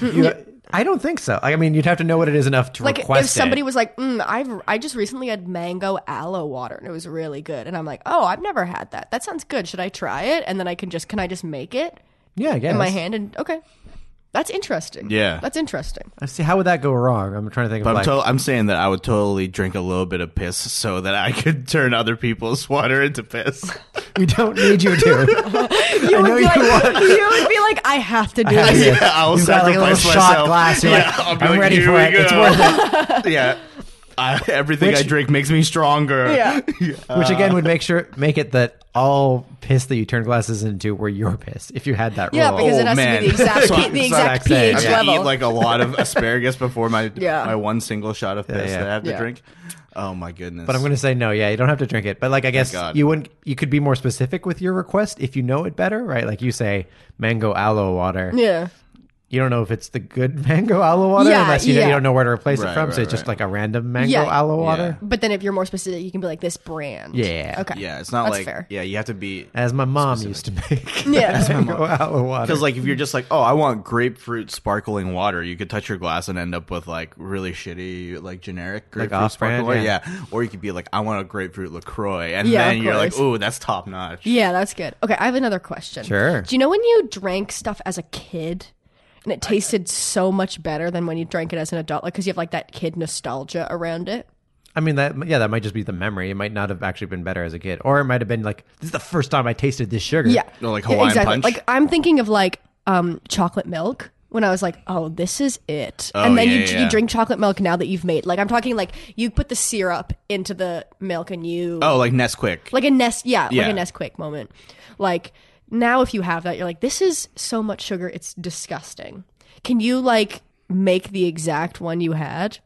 Speaker 1: you, I don't think so. Like, I mean, you'd have to know what it is enough to
Speaker 3: like
Speaker 1: request
Speaker 3: if somebody
Speaker 1: it.
Speaker 3: was like, mm, "I've I just recently had mango aloe water and it was really good," and I'm like, "Oh, I've never had that. That sounds good. Should I try it?" And then I can just can I just make it
Speaker 1: yeah, I guess.
Speaker 3: in my hand and okay, That's interesting.
Speaker 2: Yeah.
Speaker 3: That's interesting.
Speaker 1: I see. How would that go wrong? I'm trying to think.
Speaker 2: But
Speaker 1: of
Speaker 2: I'm,
Speaker 1: like,
Speaker 2: to- I'm saying that I would totally drink a little bit of piss so that I could turn other people's water into piss.
Speaker 1: we don't need you to.
Speaker 3: You
Speaker 1: I
Speaker 3: would
Speaker 1: know
Speaker 3: be
Speaker 1: you
Speaker 3: like,
Speaker 1: want-
Speaker 3: you would be like, I have to do this.
Speaker 2: yeah, I'll
Speaker 1: You've got like a little
Speaker 2: sacrifice
Speaker 1: shot
Speaker 2: myself.
Speaker 1: glass. You're
Speaker 2: yeah,
Speaker 1: like,
Speaker 2: I'll be
Speaker 1: I'm
Speaker 2: like,
Speaker 1: ready
Speaker 2: "Here
Speaker 1: for
Speaker 2: we
Speaker 1: it. It's
Speaker 2: go."
Speaker 1: worth it.
Speaker 2: yeah. I, everything I
Speaker 1: Which-
Speaker 2: drink makes me stronger.
Speaker 3: Yeah.
Speaker 1: Which again would make sure make it that all piss that you turn glasses into were your piss if you had that rule.
Speaker 3: Yeah, because it has to be the exact,
Speaker 2: So
Speaker 3: P-
Speaker 2: I'm-
Speaker 3: the
Speaker 2: so
Speaker 3: exact
Speaker 1: I'm
Speaker 3: pH
Speaker 1: saying,
Speaker 2: I'm
Speaker 1: yeah.
Speaker 2: gonna
Speaker 3: level.
Speaker 2: eat like a lot of asparagus before my
Speaker 3: Yeah.
Speaker 2: my one single shot of piss
Speaker 1: yeah.
Speaker 2: that I have to
Speaker 3: Yeah.
Speaker 2: drink. Oh my goodness!
Speaker 1: But I'm going to say no. Yeah, you don't have to drink it. But like, I guess
Speaker 2: God.
Speaker 1: you wouldn't. You could be more specific with your request if you know it better, right? Like you say, mango aloe water.
Speaker 3: yeah.
Speaker 1: You don't know if it's the good mango aloe water
Speaker 3: Yeah,
Speaker 1: unless you,
Speaker 3: yeah.
Speaker 1: you don't know where to replace it
Speaker 2: Right,
Speaker 1: from. so
Speaker 2: right,
Speaker 1: it's just
Speaker 2: right.
Speaker 1: like a random mango
Speaker 3: Yeah.
Speaker 1: aloe water.
Speaker 3: But then if you're more specific, you can be like this brand.
Speaker 1: Yeah.
Speaker 3: Okay.
Speaker 2: yeah, it's not
Speaker 3: That's
Speaker 2: like
Speaker 3: fair.
Speaker 2: yeah, you have to be
Speaker 1: As my mom used to make.
Speaker 3: Yeah.
Speaker 1: mango aloe water.
Speaker 2: because like if you're just like oh I want grapefruit sparkling water, you could touch your glass and end up with like really shitty like generic grapefruit
Speaker 1: off-brand,
Speaker 2: sparkling water.
Speaker 1: yeah.
Speaker 2: Yeah. or you could be like I want a grapefruit Lacroix, and
Speaker 3: Yeah,
Speaker 2: then
Speaker 3: of
Speaker 2: you're like
Speaker 3: course.
Speaker 2: oh that's top notch.
Speaker 3: Yeah, that's good. Okay, I have another question.
Speaker 1: Sure.
Speaker 3: Do you know when you drank stuff as a kid and it tasted so much better than when you drank it as an adult? Like, because you have like that kid nostalgia around it.
Speaker 1: I mean that. Yeah, that might just be the memory. It might not have actually been better as a kid, or it might have been like this is the first time I tasted this sugar.
Speaker 3: Yeah.
Speaker 2: Or, like,
Speaker 3: Yeah,
Speaker 2: Hawaiian
Speaker 3: exactly.
Speaker 2: Punch?
Speaker 3: Like, I'm thinking of like um, chocolate milk. When I was like, "Oh, this is it," and then
Speaker 2: Oh, yeah,
Speaker 3: you,
Speaker 2: yeah,
Speaker 3: you
Speaker 2: yeah.
Speaker 3: drink chocolate milk now that you've made. Like I'm talking like you put the syrup into the milk and you
Speaker 2: Oh, like Nesquik.
Speaker 3: like a nest yeah,
Speaker 2: Yeah.
Speaker 3: like a Nesquik moment. Like now if you have that you're like this is so much sugar it's disgusting. Can you like make the exact one you had?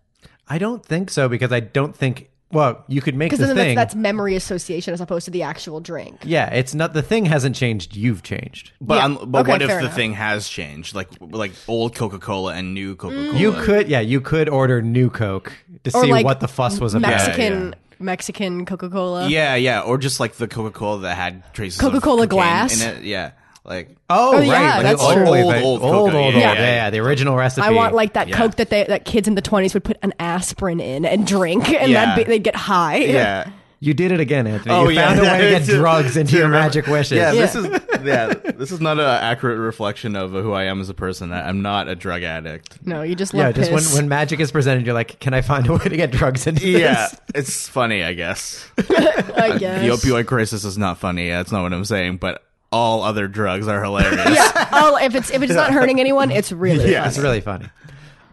Speaker 1: I don't think so because I don't think. Well, you could make the
Speaker 3: Cuz then
Speaker 1: thing.
Speaker 3: that's, that's memory association as opposed to the actual drink.
Speaker 1: yeah, it's not the thing hasn't changed. You've changed.
Speaker 2: But
Speaker 3: Yeah.
Speaker 2: I'm, but
Speaker 3: Okay,
Speaker 2: what if the
Speaker 3: fair enough.
Speaker 2: thing has changed? Like like old Coca Cola and new
Speaker 3: Mm.
Speaker 2: Coca Cola.
Speaker 1: You could, yeah, you could order new Coke to see
Speaker 3: like,
Speaker 1: what the fuss was about.
Speaker 3: Mexican Mexican Coca-Cola.
Speaker 2: Yeah, yeah, or just like the Coca Cola that had traces. of cocaine
Speaker 3: Coca-Cola glass?
Speaker 2: In it. Yeah, like
Speaker 1: Oh,
Speaker 3: Oh,
Speaker 1: right,
Speaker 3: yeah,
Speaker 1: like
Speaker 3: that's
Speaker 1: old,
Speaker 3: true.
Speaker 1: old,
Speaker 2: Old,
Speaker 1: old,
Speaker 2: old
Speaker 1: old,
Speaker 2: Coke,
Speaker 1: old,
Speaker 2: yeah,
Speaker 1: yeah,
Speaker 2: yeah,
Speaker 1: yeah, the original recipe.
Speaker 3: I want like that
Speaker 2: Yeah.
Speaker 3: Coke that they that kids in the 20s would put an aspirin in and drink and
Speaker 2: Yeah.
Speaker 3: that'd be, they'd get high.
Speaker 2: yeah.
Speaker 1: you did it again, Anthony.
Speaker 2: Oh
Speaker 1: you
Speaker 2: yeah,
Speaker 1: found a way to get
Speaker 2: To-
Speaker 1: drugs into
Speaker 2: to
Speaker 1: your
Speaker 2: remember-
Speaker 1: magic wishes.
Speaker 2: Yeah, this
Speaker 3: Yeah.
Speaker 2: is yeah, this is not an accurate reflection of who I am as a person. I, I'm not a drug addict.
Speaker 3: No, you just love
Speaker 1: yeah. Just when,
Speaker 3: piss.
Speaker 1: when magic is presented, you're like, can I find a way to get drugs into
Speaker 2: Yeah,
Speaker 1: this?
Speaker 2: it's funny, I guess.
Speaker 3: I guess.
Speaker 2: The opioid crisis is not funny. That's not what I'm saying. But all other drugs are hilarious.
Speaker 3: yeah. Oh, if it's if it's not hurting anyone, it's really
Speaker 2: Yeah.
Speaker 3: funny.
Speaker 1: That's really funny.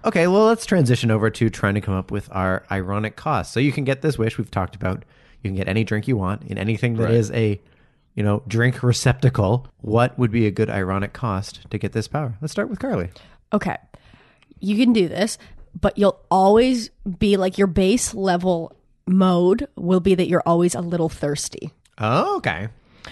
Speaker 1: Okay, well, let's transition over to trying to come up with our ironic cost. So you can get this wish we've talked about. You can get any drink you want in anything that
Speaker 2: Right.
Speaker 1: is a, you know, drink receptacle. What would be a good ironic cost to get this power? Let's start with Carly.
Speaker 3: Okay. You can do this, but you'll always be like your base level mode will be that you're always a little thirsty.
Speaker 1: Oh, okay.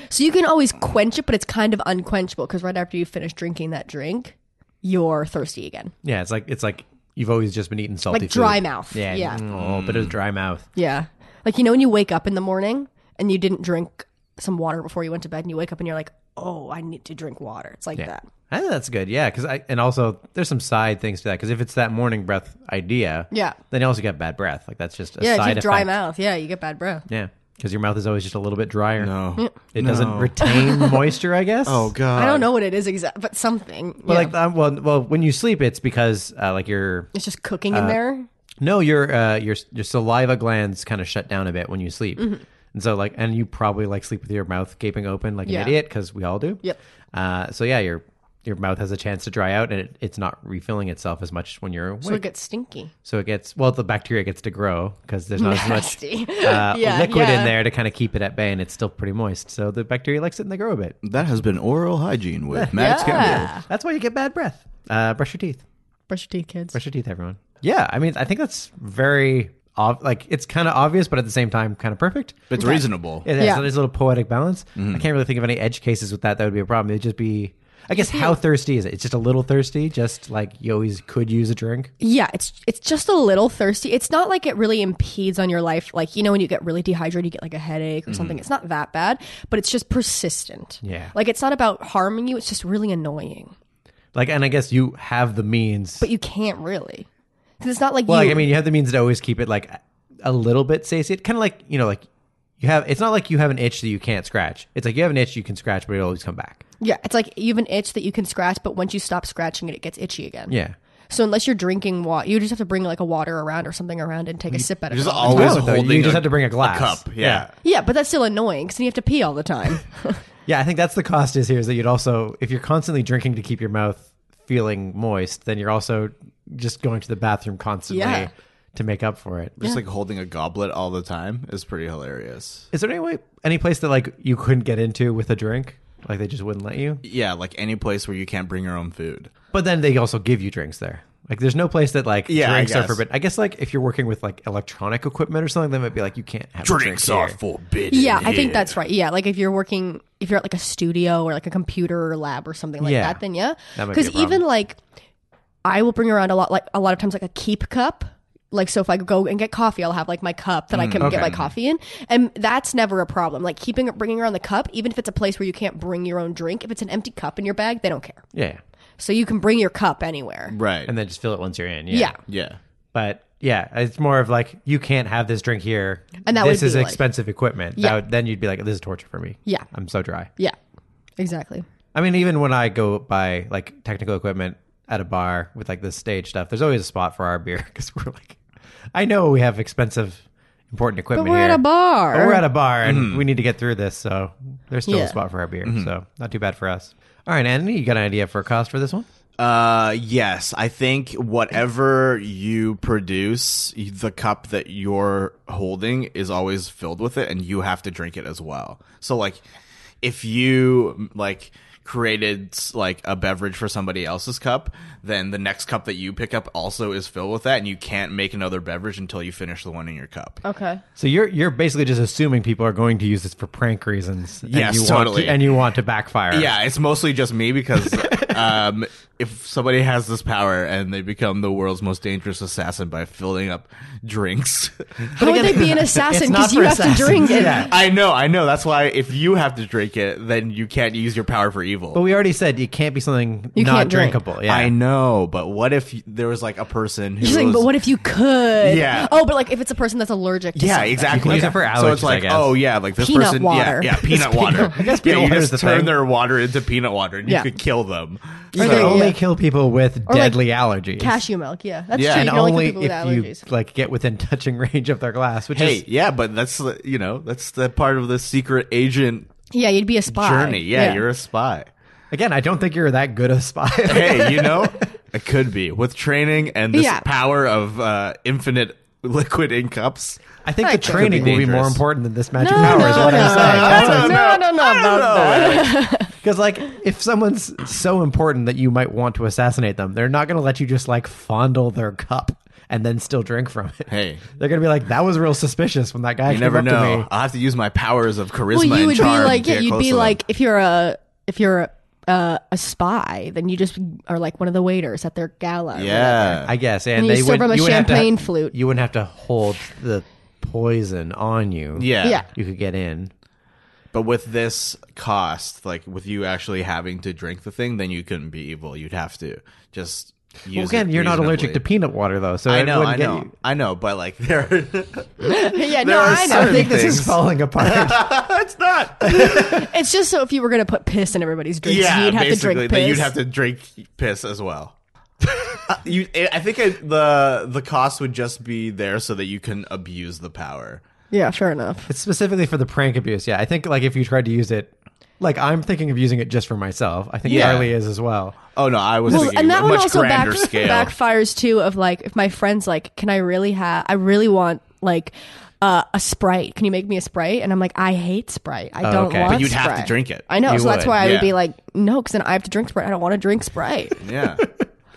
Speaker 3: So you can always quench it, but it's kind of unquenchable because right after you finish drinking that drink, you're thirsty again.
Speaker 1: Yeah, it's like it's like you've always just been eating salty,
Speaker 3: Like dry
Speaker 1: food.
Speaker 3: mouth.
Speaker 1: Yeah,
Speaker 3: Yeah.
Speaker 1: Oh, but it's dry mouth.
Speaker 3: Yeah. Like you know when you wake up in the morning and you didn't drink some water before you went to bed and you wake up and you're like, "Oh, I need to drink water." It's like that.
Speaker 1: I think that's good. Yeah, because I and also there's some side things to that because if it's that morning breath idea,
Speaker 3: Yeah.
Speaker 1: then you also get bad breath. Like that's just a
Speaker 3: Yeah, if you
Speaker 1: side
Speaker 3: have dry
Speaker 1: effect.
Speaker 3: mouth, yeah, you get bad breath.
Speaker 1: Yeah, because your mouth is always just a little bit drier.
Speaker 2: No.
Speaker 1: It doesn't retain moisture, I guess.
Speaker 2: Oh God.
Speaker 3: Mm. I don't know what it is exact, but something.
Speaker 1: But
Speaker 3: yeah.
Speaker 1: like, um, well, well, when you sleep, it's because uh, like your
Speaker 3: It's just cooking
Speaker 1: uh,
Speaker 3: in there.
Speaker 1: no, your uh, your your saliva glands kind of shut down a bit when you sleep,
Speaker 3: Mm-hmm.
Speaker 1: and so like, and you probably like sleep with your mouth gaping open like
Speaker 3: Yeah.
Speaker 1: an idiot because we all do.
Speaker 3: Yep.
Speaker 1: Uh, so yeah, your your mouth has a chance to dry out, and it, it's not refilling itself as much when you're awake.
Speaker 3: So it gets stinky.
Speaker 1: So it gets well, the bacteria gets to grow because there's not
Speaker 3: Nasty.
Speaker 1: as much uh,
Speaker 3: Yeah,
Speaker 1: liquid
Speaker 3: yeah.
Speaker 1: in there to kind of keep it at bay, and it's still pretty moist. So the bacteria likes it and they grow a bit.
Speaker 2: That has been oral hygiene with Matt Campbell.
Speaker 3: Ah.
Speaker 1: That's why you get bad breath. Uh, brush your teeth.
Speaker 3: Brush your teeth, kids.
Speaker 1: Brush your teeth, everyone. Yeah, I mean, I think that's very ob- like it's kind of obvious, but at the same time, kind of perfect.
Speaker 2: It's reasonable.
Speaker 1: It has
Speaker 3: Yeah.
Speaker 1: this little poetic balance. I can't really think of any edge cases with that. That would be a problem. It'd just be, I guess, how thirsty is it? It's just a little thirsty, just like you always could use a drink.
Speaker 3: Yeah, it's it's just a little thirsty. It's not like it really impedes on your life. Like you know when you get really dehydrated, you get like a headache or something. It's not that bad, but it's just persistent.
Speaker 1: Mm-hmm. Yeah.
Speaker 3: like it's not about harming you. It's just really annoying,
Speaker 1: Like, and I guess you have the means.
Speaker 3: but you can't really. 'Cause it's not like
Speaker 1: well,
Speaker 3: you.
Speaker 1: like, I mean, you have the means to always keep it like a little bit satiated. Kind of like you know, like you have. It's not like you have an itch that you can't scratch. It's like you have an itch you can scratch, but it'll always come back.
Speaker 3: Yeah, it's like you have an itch that you can scratch, but once you stop scratching it, it gets itchy again.
Speaker 4: Yeah.
Speaker 3: So unless you're drinking water, you just have to bring like a water around or something around and take a sip out of
Speaker 2: Just
Speaker 3: it. all the
Speaker 2: always
Speaker 1: Oh, No, though, you
Speaker 2: Oh, holding.
Speaker 1: just have to bring a glass.
Speaker 2: cup. Yeah.
Speaker 3: time. Yeah, but that's still annoying because you have to pee all the time.
Speaker 1: Yeah, I think that's the cost is here is that you'd also if you're constantly drinking to keep your mouth feeling moist, then you're also just going to the bathroom constantly
Speaker 3: Yeah.
Speaker 1: to make up for it.
Speaker 2: Just like holding a goblet all the time is pretty hilarious.
Speaker 1: Is there any way any place that like you couldn't get into with a drink? Like they just wouldn't let you?
Speaker 2: Yeah, like any place where you can't bring your own food.
Speaker 1: But then they also give you drinks there. Like there's no place that like
Speaker 2: Yeah, I
Speaker 1: drinks are
Speaker 2: guess.
Speaker 1: forbidden. I guess like if you're working with like electronic equipment or something, they might be like you can't have a drink here.
Speaker 2: forbidden.
Speaker 3: yeah, I think that's right. Yeah, like if you're working, if you're at like a studio or like a computer lab or something like
Speaker 1: Yeah.
Speaker 3: that, then yeah,
Speaker 1: That might be
Speaker 3: because
Speaker 1: a problem.
Speaker 3: even like I will bring around a lot, like a lot of times, like a keep cup. Like so, if I go and get coffee, I'll have like my cup that I
Speaker 1: Mm,
Speaker 3: can get my coffee in, and that's never a problem. Like keeping bringing around the cup, even if it's a place where you can't bring your own drink, if it's an empty cup in your bag, they don't care.
Speaker 1: Yeah.
Speaker 3: So you can bring your cup anywhere.
Speaker 2: Right.
Speaker 1: And then just fill it once you're in.
Speaker 3: Yeah.
Speaker 2: yeah.
Speaker 1: But yeah, it's more of like you can't have this drink here.
Speaker 3: And that
Speaker 1: this
Speaker 3: would
Speaker 1: is
Speaker 3: be, like-
Speaker 1: expensive equipment.
Speaker 3: Yeah.
Speaker 1: That would, then you'd be like, this is torture for me.
Speaker 3: Yeah.
Speaker 1: I'm so dry.
Speaker 3: Yeah. Exactly.
Speaker 1: I mean, even when I go buy like technical equipment at a bar with like this stage stuff, there's always a spot for our beer because we're like, I know we have expensive, important equipment.
Speaker 3: we're at
Speaker 1: here,
Speaker 3: a bar.
Speaker 1: but we're at a bar, and we need to get through this. So there's still
Speaker 3: Yeah.
Speaker 1: a spot for our beer. So not too bad for us. All right, Anthony, you got an idea for a cost for this one?
Speaker 2: Uh, yes, I think whatever you produce, the cup that you're holding is always filled with it, and you have to drink it as well. So, like, if you like created like a beverage for somebody else's cup, then the next cup that you pick up also is filled with that, and you can't make another beverage until you finish the one in your cup.
Speaker 3: Okay.
Speaker 1: So you're you're basically just assuming people are going to use this for prank reasons. and
Speaker 2: Yes,
Speaker 1: you Want
Speaker 2: totally.
Speaker 1: to, and you want to backfire.
Speaker 2: Yeah, it's mostly just me because um, if somebody has this power and they become the world's most dangerous assassin by filling up drinks,
Speaker 3: How would they be an assassin?
Speaker 1: It's not
Speaker 3: Because you
Speaker 1: for
Speaker 3: have to
Speaker 1: assassins.
Speaker 3: drink it.
Speaker 1: Yeah.
Speaker 2: I know, I know. That's why if you have to drink it, then you can't use your power for
Speaker 1: But
Speaker 2: evil.
Speaker 1: we already said it can't be something
Speaker 3: You
Speaker 1: not
Speaker 3: can't drink.
Speaker 1: drinkable. Yeah.
Speaker 2: I know, but what if there was like a person who
Speaker 3: She's like,
Speaker 2: was-
Speaker 3: but what if you could?
Speaker 2: Yeah.
Speaker 3: Oh, but like if it's a person that's allergic to
Speaker 2: yeah,
Speaker 3: something.
Speaker 2: exactly.
Speaker 1: You can use it for
Speaker 2: so it's
Speaker 1: allergies,
Speaker 2: like,
Speaker 1: I guess.
Speaker 2: oh yeah, like this
Speaker 3: Peanut
Speaker 2: person,
Speaker 3: water.
Speaker 2: yeah, yeah, peanut water.
Speaker 1: I guess
Speaker 2: yeah,
Speaker 1: peanut
Speaker 2: you
Speaker 1: water
Speaker 2: just
Speaker 1: is the
Speaker 2: turn
Speaker 1: thing.
Speaker 2: their water into peanut water, and
Speaker 3: Yeah.
Speaker 2: you could kill them.
Speaker 1: You
Speaker 3: Or
Speaker 1: can
Speaker 3: they-
Speaker 1: only
Speaker 3: yeah.
Speaker 1: kill people with
Speaker 3: Or, like-
Speaker 1: deadly allergies.
Speaker 3: Cashew milk, yeah. That's
Speaker 2: Yeah.
Speaker 3: true. You
Speaker 1: and
Speaker 3: can only
Speaker 1: only
Speaker 3: kill people
Speaker 1: if
Speaker 3: with
Speaker 1: you
Speaker 3: allergies.
Speaker 1: like get within touching range of their glass, which
Speaker 2: Hey,
Speaker 1: is
Speaker 2: yeah, but that's the- you know that's the part of the secret agent
Speaker 3: yeah, you'd be a spy.
Speaker 2: journey. Yeah, you're a spy.
Speaker 1: again, I don't think you're that good a spy.
Speaker 2: Hey, you know, it could be with training and this
Speaker 3: Yeah.
Speaker 2: power of uh, infinite liquid in cups.
Speaker 1: I think the
Speaker 3: Right, that could
Speaker 1: training
Speaker 2: be
Speaker 1: will be more
Speaker 2: dangerous.
Speaker 1: important than this
Speaker 3: No,
Speaker 1: magic
Speaker 3: no,
Speaker 1: power.
Speaker 3: no,
Speaker 1: is what I'm saying. That's
Speaker 3: Oh, no,
Speaker 1: what-
Speaker 3: no, no, no, no,
Speaker 1: Because like, if someone's so important that you might want to assassinate them, they're not going to let you just like fondle their cup and then still drink from it.
Speaker 2: Hey.
Speaker 1: they're going to be like, "That was real suspicious when that guy
Speaker 2: You
Speaker 1: came
Speaker 2: never
Speaker 1: up to
Speaker 2: know.
Speaker 1: me."
Speaker 2: I'll have to use my powers of charisma
Speaker 3: Well, you
Speaker 2: and
Speaker 3: would be
Speaker 2: charm.
Speaker 3: like,
Speaker 2: to
Speaker 3: yeah,
Speaker 2: get
Speaker 3: you'd
Speaker 2: close
Speaker 3: be
Speaker 2: to
Speaker 3: like,
Speaker 2: them.
Speaker 3: if you're a, if you're a, uh, a spy, then you just are like one of the waiters at their gala. or whatever.
Speaker 2: yeah.
Speaker 1: I guess, and,
Speaker 3: And you
Speaker 1: they
Speaker 3: serve
Speaker 1: would.
Speaker 3: them a
Speaker 1: you would have to-
Speaker 3: champagne flute.
Speaker 1: You wouldn't have to hold the poison on you.
Speaker 2: yeah,
Speaker 3: Yeah.
Speaker 1: you could get in.
Speaker 2: But with this cost, like with you actually having to drink the thing, then you couldn't be evil. You'd have to just use.
Speaker 1: Well, again,
Speaker 2: it
Speaker 1: you're not allergic to
Speaker 2: reasonably.
Speaker 1: peanut water though, so
Speaker 2: I
Speaker 1: it
Speaker 2: know,
Speaker 1: wouldn't
Speaker 2: I
Speaker 1: get
Speaker 2: know,
Speaker 1: you.
Speaker 2: I know. But like, there,
Speaker 3: Yeah,
Speaker 2: There
Speaker 3: no,
Speaker 2: are
Speaker 3: I know.
Speaker 1: I think this is
Speaker 2: things.
Speaker 1: falling apart.
Speaker 2: it's not.
Speaker 3: It's just so if you were going to put piss in everybody's drinks,
Speaker 2: yeah,
Speaker 3: you'd have to
Speaker 2: basically,
Speaker 3: drink
Speaker 2: that
Speaker 3: piss.
Speaker 2: you'd have to drink piss as well. Uh, you, I think it, the the cost would just be there so that you can abuse the power.
Speaker 3: yeah, fair enough.
Speaker 1: it's specifically for the prank abuse. Yeah, I think like if you tried to use it, like I'm thinking of using it just for myself. I think
Speaker 2: Yeah.
Speaker 1: Charlie is as well.
Speaker 2: Oh no, I was
Speaker 3: Well,
Speaker 2: thinking
Speaker 3: and that
Speaker 2: a
Speaker 3: one
Speaker 2: much
Speaker 3: also back,
Speaker 2: grander scale.
Speaker 3: backfires too. Of like, if my friend's like, "Can I really have? I really want like uh, a sprite. Can you make me a sprite?" And I'm like, "I hate sprite. I don't
Speaker 1: okay.
Speaker 3: want."
Speaker 1: But
Speaker 2: you'd have to
Speaker 3: Sprite."
Speaker 2: drink it.
Speaker 3: I know.
Speaker 1: You
Speaker 3: so that's
Speaker 1: would,
Speaker 3: why I
Speaker 2: yeah.
Speaker 3: would be like, "No," because then I have to drink sprite. I don't want to drink sprite.
Speaker 2: yeah,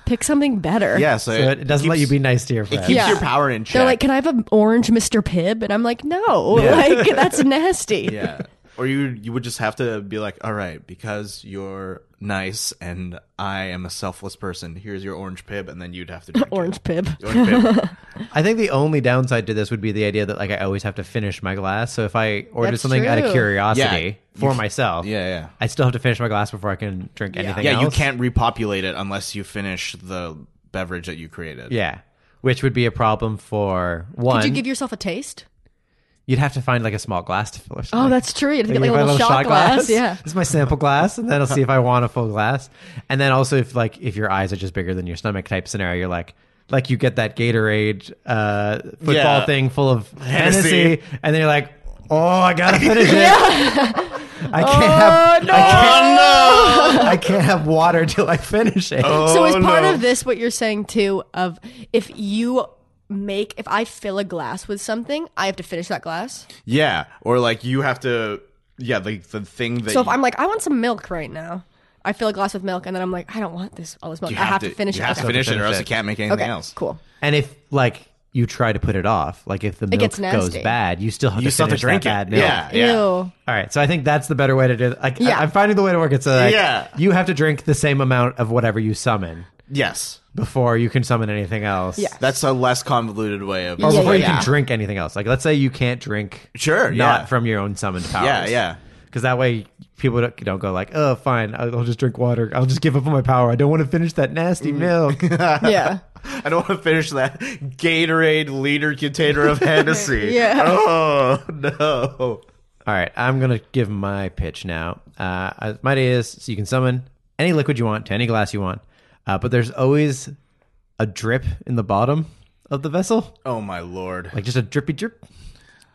Speaker 3: Pick something better.
Speaker 2: yeah. So,
Speaker 1: So it, doesn't let you
Speaker 2: keeps-
Speaker 1: be nice to your
Speaker 2: It
Speaker 1: friends.
Speaker 2: keeps
Speaker 3: Yeah.
Speaker 2: your power in check.
Speaker 3: They're like, "Can I have an orange Mr. Pibb?" And I'm like, "No,
Speaker 2: Yeah.
Speaker 3: like that's nasty."
Speaker 2: yeah. Or you you would just have to be like, all right, because you're nice and I am a selfless person. Here's your orange pib, and then you'd have to drink it.
Speaker 3: Orange Pibb.
Speaker 2: Orange pib.
Speaker 1: I think the only downside to this would be the idea that like I always have to finish my glass. So if I ordered
Speaker 3: That's
Speaker 1: something out of
Speaker 3: true.
Speaker 2: Yeah.
Speaker 1: curiosity
Speaker 2: You
Speaker 1: for
Speaker 2: c-
Speaker 1: myself,
Speaker 2: yeah, yeah.
Speaker 1: I still have to finish my glass before I can drink anything.
Speaker 2: Yeah, you
Speaker 1: else.
Speaker 2: can't repopulate it unless you finish the beverage that you created.
Speaker 1: Yeah, which would be a problem for one.
Speaker 3: Did you give yourself a taste?
Speaker 4: You'd have to find like a small glass to fill or something.
Speaker 3: Oh, that's true. You have to get
Speaker 1: Like,
Speaker 3: like a
Speaker 1: if I
Speaker 3: little,
Speaker 1: have
Speaker 3: shot, glass. Yeah.
Speaker 1: This
Speaker 3: It's
Speaker 1: is my sample glass, and then I'll see if I want a full glass. And then also, if like if your eyes are just bigger than your stomach type scenario, you're like like you get that Gatorade uh, football
Speaker 2: Yeah.
Speaker 1: thing full of
Speaker 2: Hennessy.
Speaker 1: Hennessy, and then you're like, oh, I gotta finish it. I can't have
Speaker 3: Oh,
Speaker 1: I can't, I can't have water till I finish it.
Speaker 3: so is
Speaker 2: Oh,
Speaker 3: part
Speaker 2: no.
Speaker 3: of this what you're saying too of if you make if I fill a glass with something, I have to finish that glass.
Speaker 2: Yeah, or like you have to. Yeah, like the thing that.
Speaker 3: So if
Speaker 2: you-
Speaker 3: I'm like, I want some milk right now, I fill a glass with milk, and then I'm like, I don't want this all this milk.
Speaker 2: you
Speaker 3: I have to, finish
Speaker 2: you
Speaker 3: it.
Speaker 2: have to
Speaker 3: Okay.
Speaker 2: finish it, or
Speaker 4: finish
Speaker 2: else
Speaker 4: it.
Speaker 2: you can't make anything
Speaker 3: okay,
Speaker 2: else.
Speaker 3: cool.
Speaker 1: And if like you try to put it off, like if the milk
Speaker 3: gets
Speaker 1: goes
Speaker 3: nasty.
Speaker 1: bad, you still have
Speaker 2: You
Speaker 1: to
Speaker 2: still have to
Speaker 1: finish that
Speaker 2: drink it.
Speaker 1: bad milk.
Speaker 2: Yeah, yeah.
Speaker 3: Ew.
Speaker 1: All right, so I think that's the better way to do it. Like,
Speaker 3: Yeah.
Speaker 1: I, am finding the way to work it so that
Speaker 2: Yeah.
Speaker 1: you have to drink the same amount of whatever you summon
Speaker 2: Yes,
Speaker 1: before you can summon anything else.
Speaker 3: Yeah.
Speaker 2: that's a less convoluted way of.
Speaker 1: Or
Speaker 3: Yeah,
Speaker 1: before
Speaker 3: yeah,
Speaker 1: you
Speaker 3: yeah.
Speaker 1: can drink anything else. Like, let's say you can't drink.
Speaker 2: Sure,
Speaker 1: Not
Speaker 2: yeah.
Speaker 1: from your own summoned powers.
Speaker 2: Yeah, yeah.
Speaker 1: Because that way people don't, don't go like, oh, fine, I'll I'll just drink water. I'll just give up on my power. I don't want to finish that nasty milk.
Speaker 3: Yeah.
Speaker 2: I don't want to finish that Gatorade liter container of Hennessy.
Speaker 3: Yeah.
Speaker 2: Oh no.
Speaker 1: All right, I'm gonna give my pitch now. Uh, uh, my idea is so you can summon any liquid you want to any glass you want, uh, but there's always a drip in the bottom of the vessel,
Speaker 2: Oh my lord.
Speaker 1: like just a drippy drip.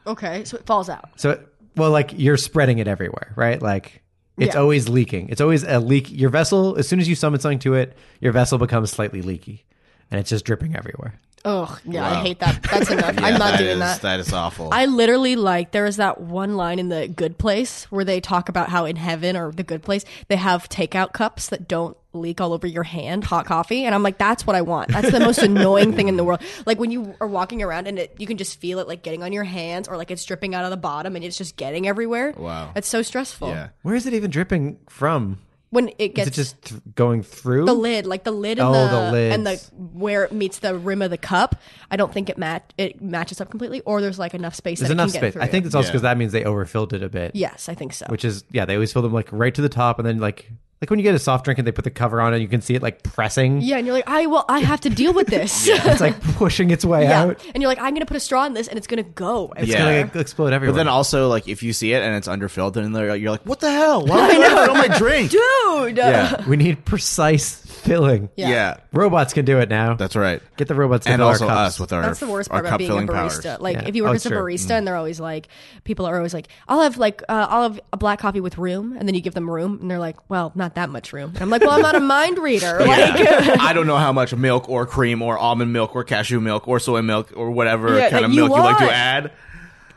Speaker 3: Okay. So it falls out.
Speaker 1: So, it, well, like you're spreading it everywhere, right? Like it's
Speaker 3: Yeah.
Speaker 1: always leaking. It's always a leak. Your vessel, as soon as you summon something to it, your vessel becomes slightly leaky, and it's just dripping everywhere.
Speaker 3: Ugh. Yeah. I hate that. That's enough. I'm not doing that.
Speaker 2: That is awful.
Speaker 3: I literally like there is that one line in the Good Place where they talk about how in heaven or the Good Place they have takeout cups that don't leak all over your hand hot coffee and I'm like that's what I want. That's the most annoying thing in the world. Like when you are walking around and it, you can just feel it like getting on your hands or like it's dripping out of the bottom and it's just getting everywhere.
Speaker 2: Wow.
Speaker 3: That's so stressful.
Speaker 2: yeah.
Speaker 1: Where is it even dripping from?
Speaker 3: When it
Speaker 1: Is
Speaker 3: gets
Speaker 1: it just th- going through?
Speaker 3: the lid, like the lid and
Speaker 1: Oh,
Speaker 3: the,
Speaker 1: the
Speaker 3: and the
Speaker 1: lids.
Speaker 3: where it meets the rim of the cup, I don't think it mat it matches up completely or there's like enough space
Speaker 1: There's
Speaker 3: that it
Speaker 1: enough
Speaker 3: can
Speaker 1: space.
Speaker 3: get through.
Speaker 1: I think it's also
Speaker 2: Yeah.
Speaker 1: because that means they overfilled it a bit.
Speaker 3: Yes, I think so.
Speaker 1: which is yeah they always fill them like right to the top and then like like when you get a soft drink and they put the cover on and you can see it like pressing
Speaker 3: Yeah, and you're like, I well, I have to deal with this. yeah.
Speaker 1: it's like pushing its way out
Speaker 3: and you're like, I'm gonna put a straw in this, and it's gonna go.
Speaker 1: it's
Speaker 2: Yeah.
Speaker 1: gonna like, explode everywhere
Speaker 2: But then also, like, if you see it and it's underfilled, then they're- you're like, "What the hell? Why did I fill my drink?"
Speaker 3: dude.
Speaker 2: Yeah,
Speaker 1: we need precise filling
Speaker 2: yeah,
Speaker 3: Yeah.
Speaker 1: robots can do it now
Speaker 2: that's right.
Speaker 1: get the robots to
Speaker 2: and
Speaker 1: fill
Speaker 2: also
Speaker 1: our cups
Speaker 2: us with our
Speaker 3: That's the worst
Speaker 2: our
Speaker 3: part about
Speaker 2: cup
Speaker 3: being a
Speaker 2: filling
Speaker 3: barista.
Speaker 2: powers.
Speaker 3: Like,
Speaker 1: Yeah.
Speaker 3: if you work
Speaker 1: Oh,
Speaker 3: as a
Speaker 1: sure.
Speaker 3: barista,
Speaker 2: Mm.
Speaker 3: and they're always like, people are always like, I'll have like, uh, I'll have a black coffee with room, and then you give them room, and they're like, well, not that much room. And I'm like, well, I'm not a mind reader. Like, uh,
Speaker 2: Yeah. I don't know how much milk or cream or almond milk or cashew milk or soy milk or whatever
Speaker 3: Yeah,
Speaker 2: kind
Speaker 3: that
Speaker 2: of
Speaker 3: you
Speaker 2: milk you like to
Speaker 3: want.
Speaker 2: add.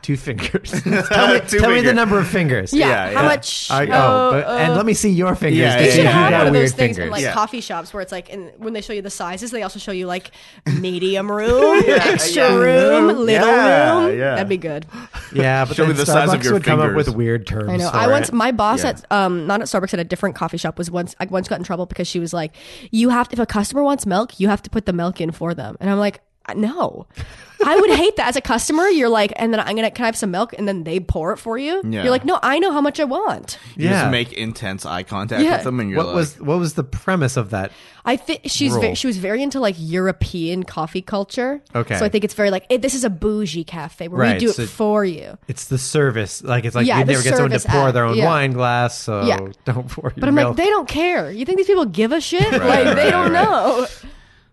Speaker 1: two fingers tell, me,
Speaker 2: Two
Speaker 1: tell me the
Speaker 2: fingers.
Speaker 1: number of fingers
Speaker 3: yeah,
Speaker 2: Yeah,
Speaker 3: how
Speaker 2: yeah.
Speaker 3: much?
Speaker 1: I- oh,
Speaker 3: uh,
Speaker 1: but, and let me see your fingers
Speaker 2: Yeah,
Speaker 1: to
Speaker 2: yeah,
Speaker 1: see
Speaker 3: should
Speaker 2: yeah.
Speaker 1: if
Speaker 3: have
Speaker 1: you got
Speaker 3: one of
Speaker 1: weird
Speaker 3: those things
Speaker 1: fingers
Speaker 3: in like
Speaker 2: Yeah.
Speaker 3: coffee shops where it's like, in, when they show you the sizes, they also show you like medium room, extra
Speaker 2: yeah.
Speaker 3: room, little
Speaker 2: Yeah,
Speaker 3: room.
Speaker 2: yeah.
Speaker 3: That'd be good.
Speaker 1: yeah but
Speaker 2: Show me
Speaker 1: then
Speaker 2: the size of
Speaker 1: Starbucks
Speaker 2: your
Speaker 1: would come up
Speaker 2: fingers.
Speaker 1: with weird terms
Speaker 3: I know.
Speaker 1: for
Speaker 3: I once
Speaker 1: it.
Speaker 3: my boss
Speaker 2: Yeah.
Speaker 3: at um not at Starbucks at a different coffee shop was once I once got in trouble because she was like, "You have to, if a customer wants milk, you have to put the milk in for them." And I'm like, "Uh, "No, I would hate that as a customer." You're like, and then I'm gonna can I have some milk? And then they pour it for you.
Speaker 2: Yeah.
Speaker 3: You're like, "No, I know how much I want."
Speaker 2: You just
Speaker 1: Yeah.
Speaker 2: make intense eye contact
Speaker 3: Yeah.
Speaker 2: with them, and you're
Speaker 1: what
Speaker 2: like,
Speaker 1: was what was the premise of that
Speaker 3: I thi- she's ve-
Speaker 1: Rule.
Speaker 3: she was very into like European coffee culture.
Speaker 1: Okay.
Speaker 3: so I think it's very like eh, this is a bougie cafe where
Speaker 1: Right,
Speaker 3: we do it
Speaker 1: so-
Speaker 3: for you.
Speaker 1: It's the service. Like it's like
Speaker 3: Yeah,
Speaker 1: we
Speaker 3: the
Speaker 1: never get someone to
Speaker 3: service
Speaker 1: pour
Speaker 3: act.
Speaker 1: their own
Speaker 3: Yeah.
Speaker 1: wine glass, so
Speaker 3: Yeah.
Speaker 1: don't pour your
Speaker 3: But I'm
Speaker 1: milk.
Speaker 3: like, they don't care. You think these people give a shit?
Speaker 2: Right,
Speaker 3: like they
Speaker 2: right,
Speaker 3: don't
Speaker 2: right.
Speaker 3: know.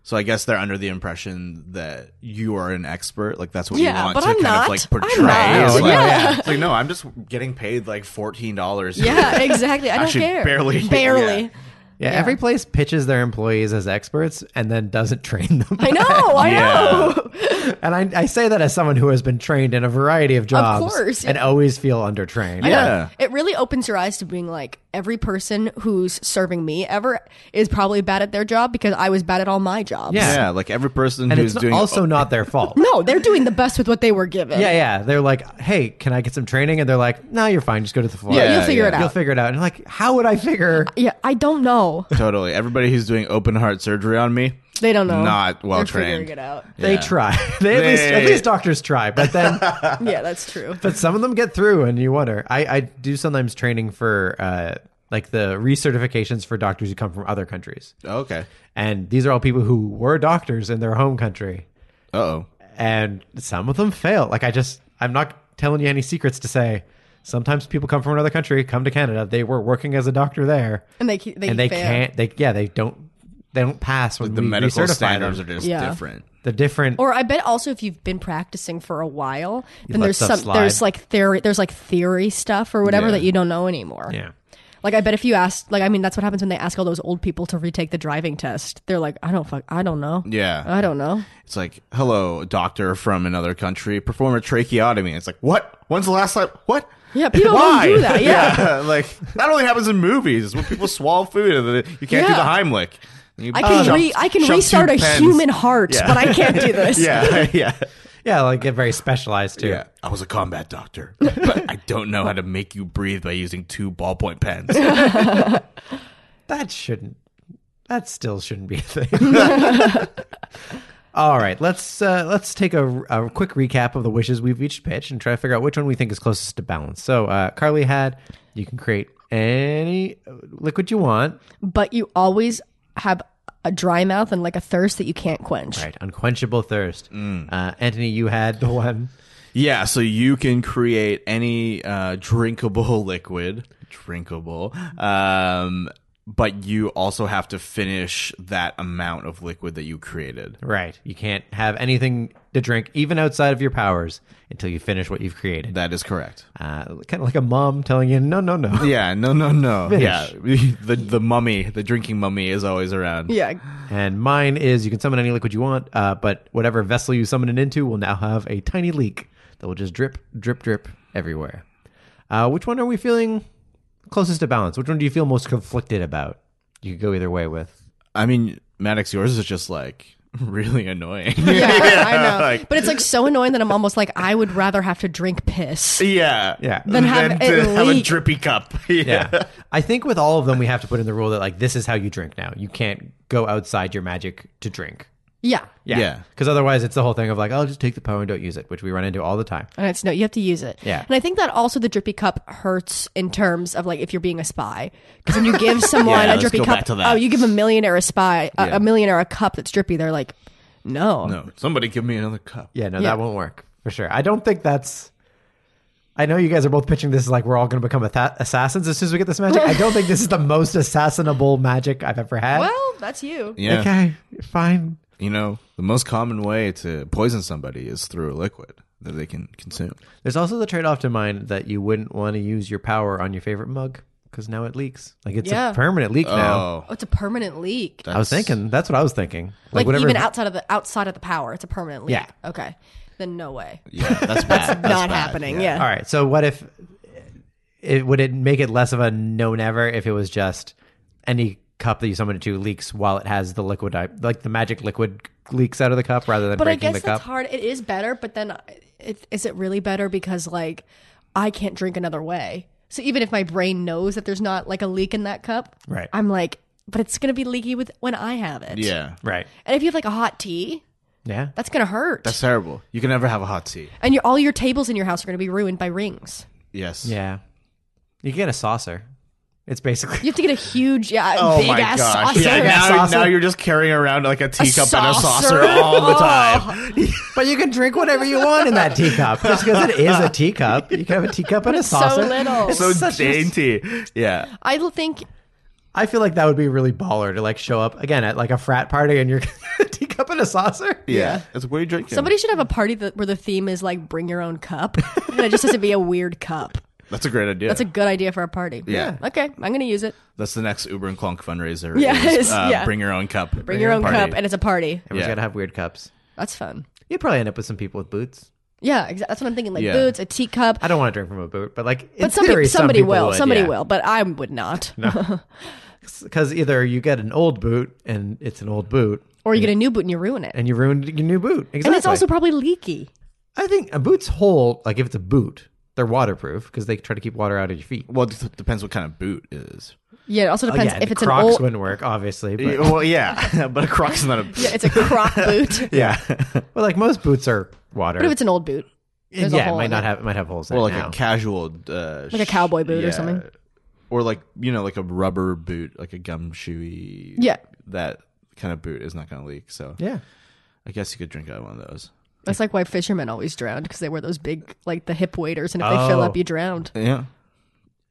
Speaker 2: So I guess they're under the impression that you are an expert. Like that's what
Speaker 3: Yeah,
Speaker 2: you want
Speaker 3: but
Speaker 2: to
Speaker 3: I'm
Speaker 2: kind
Speaker 3: not.
Speaker 2: of like
Speaker 3: I'm
Speaker 2: portray.
Speaker 3: not.
Speaker 2: It's like,
Speaker 1: Yeah.
Speaker 2: it's like, no, I'm just getting paid like fourteen dollars.
Speaker 3: Yeah, exactly. I don't
Speaker 2: Actually,
Speaker 3: care.
Speaker 2: barely.
Speaker 3: Barely.
Speaker 2: Yeah.
Speaker 1: yeah,
Speaker 3: yeah.
Speaker 1: every place pitches their employees as experts and then doesn't train them.
Speaker 3: I know. I
Speaker 2: Yeah.
Speaker 3: know.
Speaker 1: and I, I say that as someone who has been trained in a variety of jobs
Speaker 3: course, yeah.
Speaker 1: and always feel undertrained.
Speaker 2: Yeah.
Speaker 3: It really opens your eyes to being like every person who's serving me ever is probably bad at their job because I was bad at all my jobs.
Speaker 1: Yeah.
Speaker 2: Yeah, like every person
Speaker 1: And
Speaker 2: who's
Speaker 1: it's
Speaker 2: doing
Speaker 1: also not their fault.
Speaker 3: No, they're doing the best with what they were given.
Speaker 1: Yeah, yeah. They're like, "Hey, can I get some training?" And they're like, "No, you're fine. Just go to the floor.
Speaker 3: Yeah,
Speaker 2: Yeah,
Speaker 3: you'll figure
Speaker 2: yeah.
Speaker 3: it
Speaker 1: You'll
Speaker 3: out.
Speaker 1: figure it out." And like, how would I figure?
Speaker 3: yeah, I don't know.
Speaker 2: totally everybody who's doing open heart surgery on me.
Speaker 3: They don't know.
Speaker 2: Not well
Speaker 3: Oh, They're
Speaker 2: trained.
Speaker 3: Figuring it out.
Speaker 1: They
Speaker 2: Yeah.
Speaker 1: try. They, at least at
Speaker 2: They-
Speaker 1: least doctors try, but then
Speaker 3: yeah, that's true.
Speaker 1: but some of them get through and you wonder i, I do sometimes training for uh, like the recertifications for doctors who come from other countries
Speaker 2: Okay.
Speaker 1: and these are all people who were doctors in their home country
Speaker 2: Uh oh.
Speaker 1: and some of them fail like i just i'm not telling you any secrets to say. Sometimes people come from another country, come to Canada. They were working as a doctor there,
Speaker 3: and they ke- they,
Speaker 1: and they
Speaker 3: fail.
Speaker 1: can't. They yeah, they don't. They don't pass when
Speaker 2: The
Speaker 1: we
Speaker 2: medical
Speaker 1: recertify
Speaker 2: standards
Speaker 1: them.
Speaker 2: are just
Speaker 3: Yeah.
Speaker 2: different.
Speaker 1: They're different.
Speaker 3: Or I bet also if you've been practicing for a while, then
Speaker 1: let
Speaker 3: there's
Speaker 1: stuff
Speaker 3: some
Speaker 1: slide.
Speaker 3: there's like theory there's like theory stuff or whatever
Speaker 2: Yeah.
Speaker 3: that you don't know anymore.
Speaker 1: yeah,
Speaker 3: Like I bet if you asked like I mean that's what happens when they ask all those old people to retake the driving test. They're like, I don't fuck I don't know.
Speaker 2: Yeah.
Speaker 3: I don't know.
Speaker 2: It's like, hello, doctor from another country, perform a tracheotomy. It's like, what? When's the last time? What?
Speaker 3: Yeah, people
Speaker 2: Why?
Speaker 3: don't do that. Yeah.
Speaker 2: like that only happens in movies when people swallow food. and then You can't
Speaker 3: Yeah.
Speaker 2: do the Heimlich. You
Speaker 3: I can
Speaker 2: shove-
Speaker 3: re I can
Speaker 2: shove two
Speaker 3: restart a
Speaker 2: pens.
Speaker 3: human heart, but I can't do this.
Speaker 2: Yeah, yeah,
Speaker 1: yeah. Like get very specialized too.
Speaker 2: yeah. I was a combat doctor, but I don't know how to make you breathe by using two ballpoint pens.
Speaker 1: That shouldn't. That still shouldn't be a thing. All right, let's uh, let's take a, a quick recap of the wishes we've each pitched and try to figure out which one we think is closest to balance. So uh, Carly had, you can create any uh, liquid you want.
Speaker 3: But you always have a dry mouth and like a thirst that you can't quench.
Speaker 1: Right, unquenchable thirst. Uh, Anthony, you had the one.
Speaker 2: Yeah, so you can create any uh, drinkable liquid, drinkable, um, but you also have to finish that amount of liquid that you created.
Speaker 1: Right, you can't have anything to drink even outside of your powers until you finish what you've created.
Speaker 2: That is correct.
Speaker 1: Uh, kind of like a mom telling you, no, no, no.
Speaker 2: Yeah, no, no, no. Yeah, the the mummy, the drinking mummy, is always around.
Speaker 3: Yeah.
Speaker 1: And mine is you can summon any liquid you want, uh, but whatever vessel you summon it into will now have a tiny leak that will just drip, drip, drip everywhere. Uh, which one are we feeling closest to balance? Which one do you feel most conflicted about? You could go either way with.
Speaker 2: I mean, Maddox, yours is just like really annoying.
Speaker 3: Yeah, I know.
Speaker 2: like-
Speaker 3: but it's like so annoying that I'm almost like I would rather have to drink piss.
Speaker 2: yeah,
Speaker 1: Yeah.
Speaker 3: Then have
Speaker 2: Than
Speaker 3: it
Speaker 2: to have a
Speaker 3: leak.
Speaker 2: drippy cup.
Speaker 1: Yeah. I think with all of them, we have to put in the rule that, like, this is how you drink now. You can't go outside your magic to drink.
Speaker 3: Yeah.
Speaker 2: Yeah.
Speaker 1: Because otherwise, it's the whole thing of, like, I'll just take the power and don't use it, which we run into all the time.
Speaker 3: And it's no, you have to use it.
Speaker 1: Yeah.
Speaker 3: And I think that also the drippy cup hurts in terms of like if you're being a spy. Because when you give someone
Speaker 2: Yeah,
Speaker 3: a
Speaker 2: let's
Speaker 3: drippy
Speaker 2: go
Speaker 3: cup,
Speaker 2: back to that.
Speaker 3: oh, you give a millionaire a spy, a,
Speaker 2: Yeah.
Speaker 3: a millionaire a cup that's drippy, they're like, no.
Speaker 2: No, somebody give me another cup.
Speaker 1: Yeah, no,
Speaker 3: Yeah.
Speaker 1: that won't work for sure. I don't think that's. I know you guys are both pitching this as like we're all going to become atha- assassins as soon as we get this magic. I don't think this is the most assassinable magic I've ever had.
Speaker 3: Well, that's you.
Speaker 2: Yeah.
Speaker 1: Okay, fine.
Speaker 2: You know, the most common way to poison somebody is through a liquid that they can consume.
Speaker 1: There's also the trade off to mind that you wouldn't want to use your power on your favorite mug because now it leaks. Like it's
Speaker 3: Yeah.
Speaker 1: a permanent leak now.
Speaker 2: Oh,
Speaker 3: Oh, it's a permanent leak.
Speaker 1: I was thinking that's what I was thinking.
Speaker 3: Like,
Speaker 1: whatever.
Speaker 3: even outside of the outside of the power, it's a permanent leak.
Speaker 1: Yeah.
Speaker 3: Okay. Then no way.
Speaker 2: yeah, that's bad. That's
Speaker 3: Not
Speaker 2: bad.
Speaker 3: happening.
Speaker 2: Yeah.
Speaker 3: Yeah.
Speaker 1: all right. So what if it would it make it less of a no never if it was just any cup that you summon it to leaks while it has the liquid like the magic liquid leaks out of the cup rather than
Speaker 3: But I
Speaker 1: breaking
Speaker 3: guess
Speaker 1: the cup.
Speaker 3: that's hard. It is better, but then uh, it, is it really better because like I can't drink another way? So even if my brain knows that there's not like a leak in that cup,
Speaker 1: Right.
Speaker 3: I'm like, but it's gonna be leaky with when I have it.
Speaker 2: Yeah.
Speaker 1: Right.
Speaker 3: And if you have like a hot tea,
Speaker 1: Yeah.
Speaker 3: that's gonna hurt.
Speaker 2: That's terrible. You can never have a hot tea.
Speaker 3: and your, all your tables in your house are gonna be ruined by rings.
Speaker 2: Yes.
Speaker 1: Yeah. You can get a saucer. It's basically
Speaker 3: You have to get a huge, yeah,
Speaker 2: Oh
Speaker 3: big
Speaker 2: my
Speaker 3: ass
Speaker 2: gosh.
Speaker 3: saucer.
Speaker 2: Yeah, now,
Speaker 1: Saucer.
Speaker 2: now you're just carrying around like a teacup and a saucer
Speaker 3: saucer.
Speaker 2: all the
Speaker 3: Oh.
Speaker 2: time.
Speaker 1: But you can drink whatever you want in that teacup. Just because it is a teacup. You can have a teacup and a
Speaker 3: so
Speaker 1: saucer.
Speaker 3: little.
Speaker 2: so
Speaker 1: Such a-
Speaker 2: dainty. Yeah.
Speaker 3: I don't think
Speaker 1: I feel like that would be really baller to like show up again at like a frat party and you're a teacup and a saucer.
Speaker 2: Yeah. It's what are you drinking?
Speaker 3: somebody should have a party that, where the theme is like bring your own cup, and it just has to be a weird cup.
Speaker 2: That's a great idea.
Speaker 3: That's a good idea for a party.
Speaker 2: Yeah.
Speaker 3: Okay, I'm gonna use it.
Speaker 2: That's the next Uber and Clonk fundraiser.
Speaker 3: Yes,
Speaker 2: is, uh,
Speaker 3: yeah.
Speaker 2: Bring your own cup.
Speaker 3: Bring your own
Speaker 2: Party.
Speaker 3: cup, and it's a party.
Speaker 1: Everyone's
Speaker 2: Yeah.
Speaker 1: gotta have weird cups.
Speaker 3: That's fun.
Speaker 1: You'd probably end up with some people with boots.
Speaker 3: Yeah, exa- that's what I'm thinking. Like
Speaker 2: Yeah.
Speaker 3: boots, a teacup.
Speaker 1: I don't want to drink from a boot, but like in
Speaker 3: but some
Speaker 1: theory,
Speaker 3: peop- somebody
Speaker 1: some people
Speaker 3: will.
Speaker 1: would,
Speaker 3: somebody
Speaker 1: yeah.
Speaker 3: will. But I would not.
Speaker 1: Because either you get an old boot and it's an old boot,
Speaker 3: Or you get a new boot and you ruin it. And,
Speaker 1: and you ruined your new boot. Exactly.
Speaker 3: it's also probably leaky.
Speaker 1: I think a boot's whole, like if it's a boot, they're waterproof because they try to keep water out of your feet.
Speaker 2: Well, it d- depends what kind of boot it is.
Speaker 3: Yeah, it also
Speaker 1: Oh,
Speaker 3: depends
Speaker 1: yeah,
Speaker 3: if
Speaker 1: the
Speaker 3: it's
Speaker 1: Crocs
Speaker 3: an old.
Speaker 1: wouldn't work, obviously. But,
Speaker 2: well, yeah. but a Croc's not a boot.
Speaker 3: Yeah, it's a croc boot.
Speaker 2: Yeah.
Speaker 1: but, like most boots are water.
Speaker 3: But if it's an old boot,
Speaker 1: yeah,
Speaker 3: there's a
Speaker 1: it
Speaker 3: hole
Speaker 1: might
Speaker 3: in
Speaker 1: not
Speaker 3: it.
Speaker 1: have it might have holes in
Speaker 2: or
Speaker 1: it
Speaker 2: like
Speaker 1: now.
Speaker 2: a casual, uh,
Speaker 3: Like a
Speaker 2: sh-
Speaker 3: cowboy boot or something.
Speaker 2: or like you know, like a rubber boot, like a gumshoey.
Speaker 3: Yeah.
Speaker 2: that kind of boot is not going to leak. So
Speaker 1: yeah,
Speaker 2: I guess you could drink out of one of those.
Speaker 3: That's like why fishermen always drowned because they wear those big, like the hip waders, and if they fill
Speaker 1: Oh.
Speaker 3: up, you drowned.
Speaker 2: Yeah.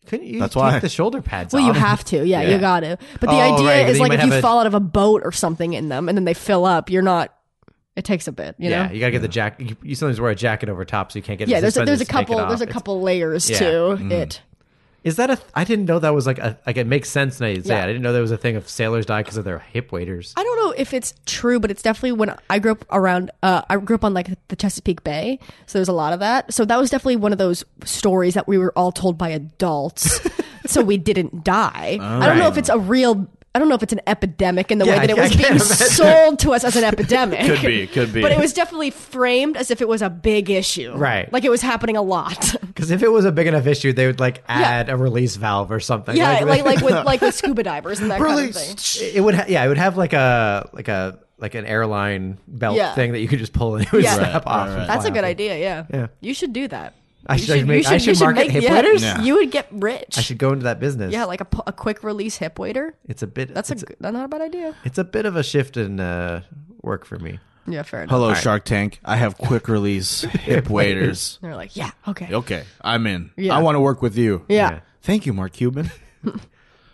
Speaker 1: Couldn't you
Speaker 2: That's
Speaker 1: take
Speaker 2: why.
Speaker 1: the shoulder pads
Speaker 3: Well, you
Speaker 1: off?
Speaker 3: have to, yeah,
Speaker 1: Yeah.
Speaker 3: you got to. But the
Speaker 1: Oh,
Speaker 3: idea
Speaker 1: right, but
Speaker 3: is
Speaker 1: then you
Speaker 3: like
Speaker 1: might
Speaker 3: if you
Speaker 1: have a-
Speaker 3: fall out of a boat or something in them, and then they fill up, you're not. It takes a bit, you
Speaker 1: yeah,
Speaker 3: know.
Speaker 1: you gotta get the jacket. You, you sometimes wear a jacket over top, so you can't get.
Speaker 3: Yeah,
Speaker 1: the
Speaker 3: there's a,
Speaker 1: suspenders
Speaker 3: there's a
Speaker 1: to take it
Speaker 3: couple there's
Speaker 1: off.
Speaker 3: a
Speaker 1: It's-
Speaker 3: couple layers
Speaker 1: Yeah. Mm.
Speaker 3: to it.
Speaker 1: Is that a? Th- I didn't know that was like a like it makes sense now. You say it.
Speaker 3: Yeah.
Speaker 1: I didn't know there was a thing of sailors die because of their hip waders.
Speaker 3: I don't know if it's true, but it's definitely when I grew up around. Uh, I grew up on like the Chesapeake Bay, so there's a lot of that. So that was definitely one of those stories that we were all told by adults, so we didn't die. I don't know if it's a real. I don't know if it's an epidemic in the
Speaker 1: Yeah,
Speaker 3: way that it
Speaker 1: I- I
Speaker 3: was
Speaker 1: can't
Speaker 3: being
Speaker 1: imagine.
Speaker 3: sold to us as an epidemic.
Speaker 2: Could be, could be.
Speaker 3: But it was definitely framed as if it was a big issue.
Speaker 1: Right.
Speaker 3: Like it was happening a lot.
Speaker 1: Because if it was a big enough issue, they would like add a release valve or something.
Speaker 3: yeah, like like with like with scuba divers and that kind of thing.
Speaker 2: Release.
Speaker 1: it would. Ha- yeah, it would have like a like a like an airline belt
Speaker 3: Yeah.
Speaker 1: thing that you could just pull and it would
Speaker 3: Yeah.
Speaker 1: snap off.
Speaker 2: Right, right,
Speaker 1: and
Speaker 2: right.
Speaker 3: That's
Speaker 1: fly
Speaker 3: a good
Speaker 1: off.
Speaker 3: idea, yeah.
Speaker 1: Yeah.
Speaker 3: You should do that.
Speaker 1: I
Speaker 3: You
Speaker 1: should make-
Speaker 3: you
Speaker 1: I should market hip waders?
Speaker 2: Yeah.
Speaker 3: You would get rich.
Speaker 1: I should go into that business.
Speaker 3: Yeah, like a, pu- a quick release hip waiter.
Speaker 1: it's a bit.
Speaker 3: That's a,
Speaker 1: it's,
Speaker 3: g- not a bad idea.
Speaker 1: it's a bit of a shift in uh, work for me.
Speaker 3: Yeah, fair enough.
Speaker 2: Hello, Shark Tank. I have quick release hip waiters.
Speaker 3: They're like, yeah, okay.
Speaker 2: Okay, I'm in.
Speaker 3: Yeah.
Speaker 2: I want to work with you.
Speaker 3: Yeah.
Speaker 1: Yeah.
Speaker 2: Thank you, Mark Cuban.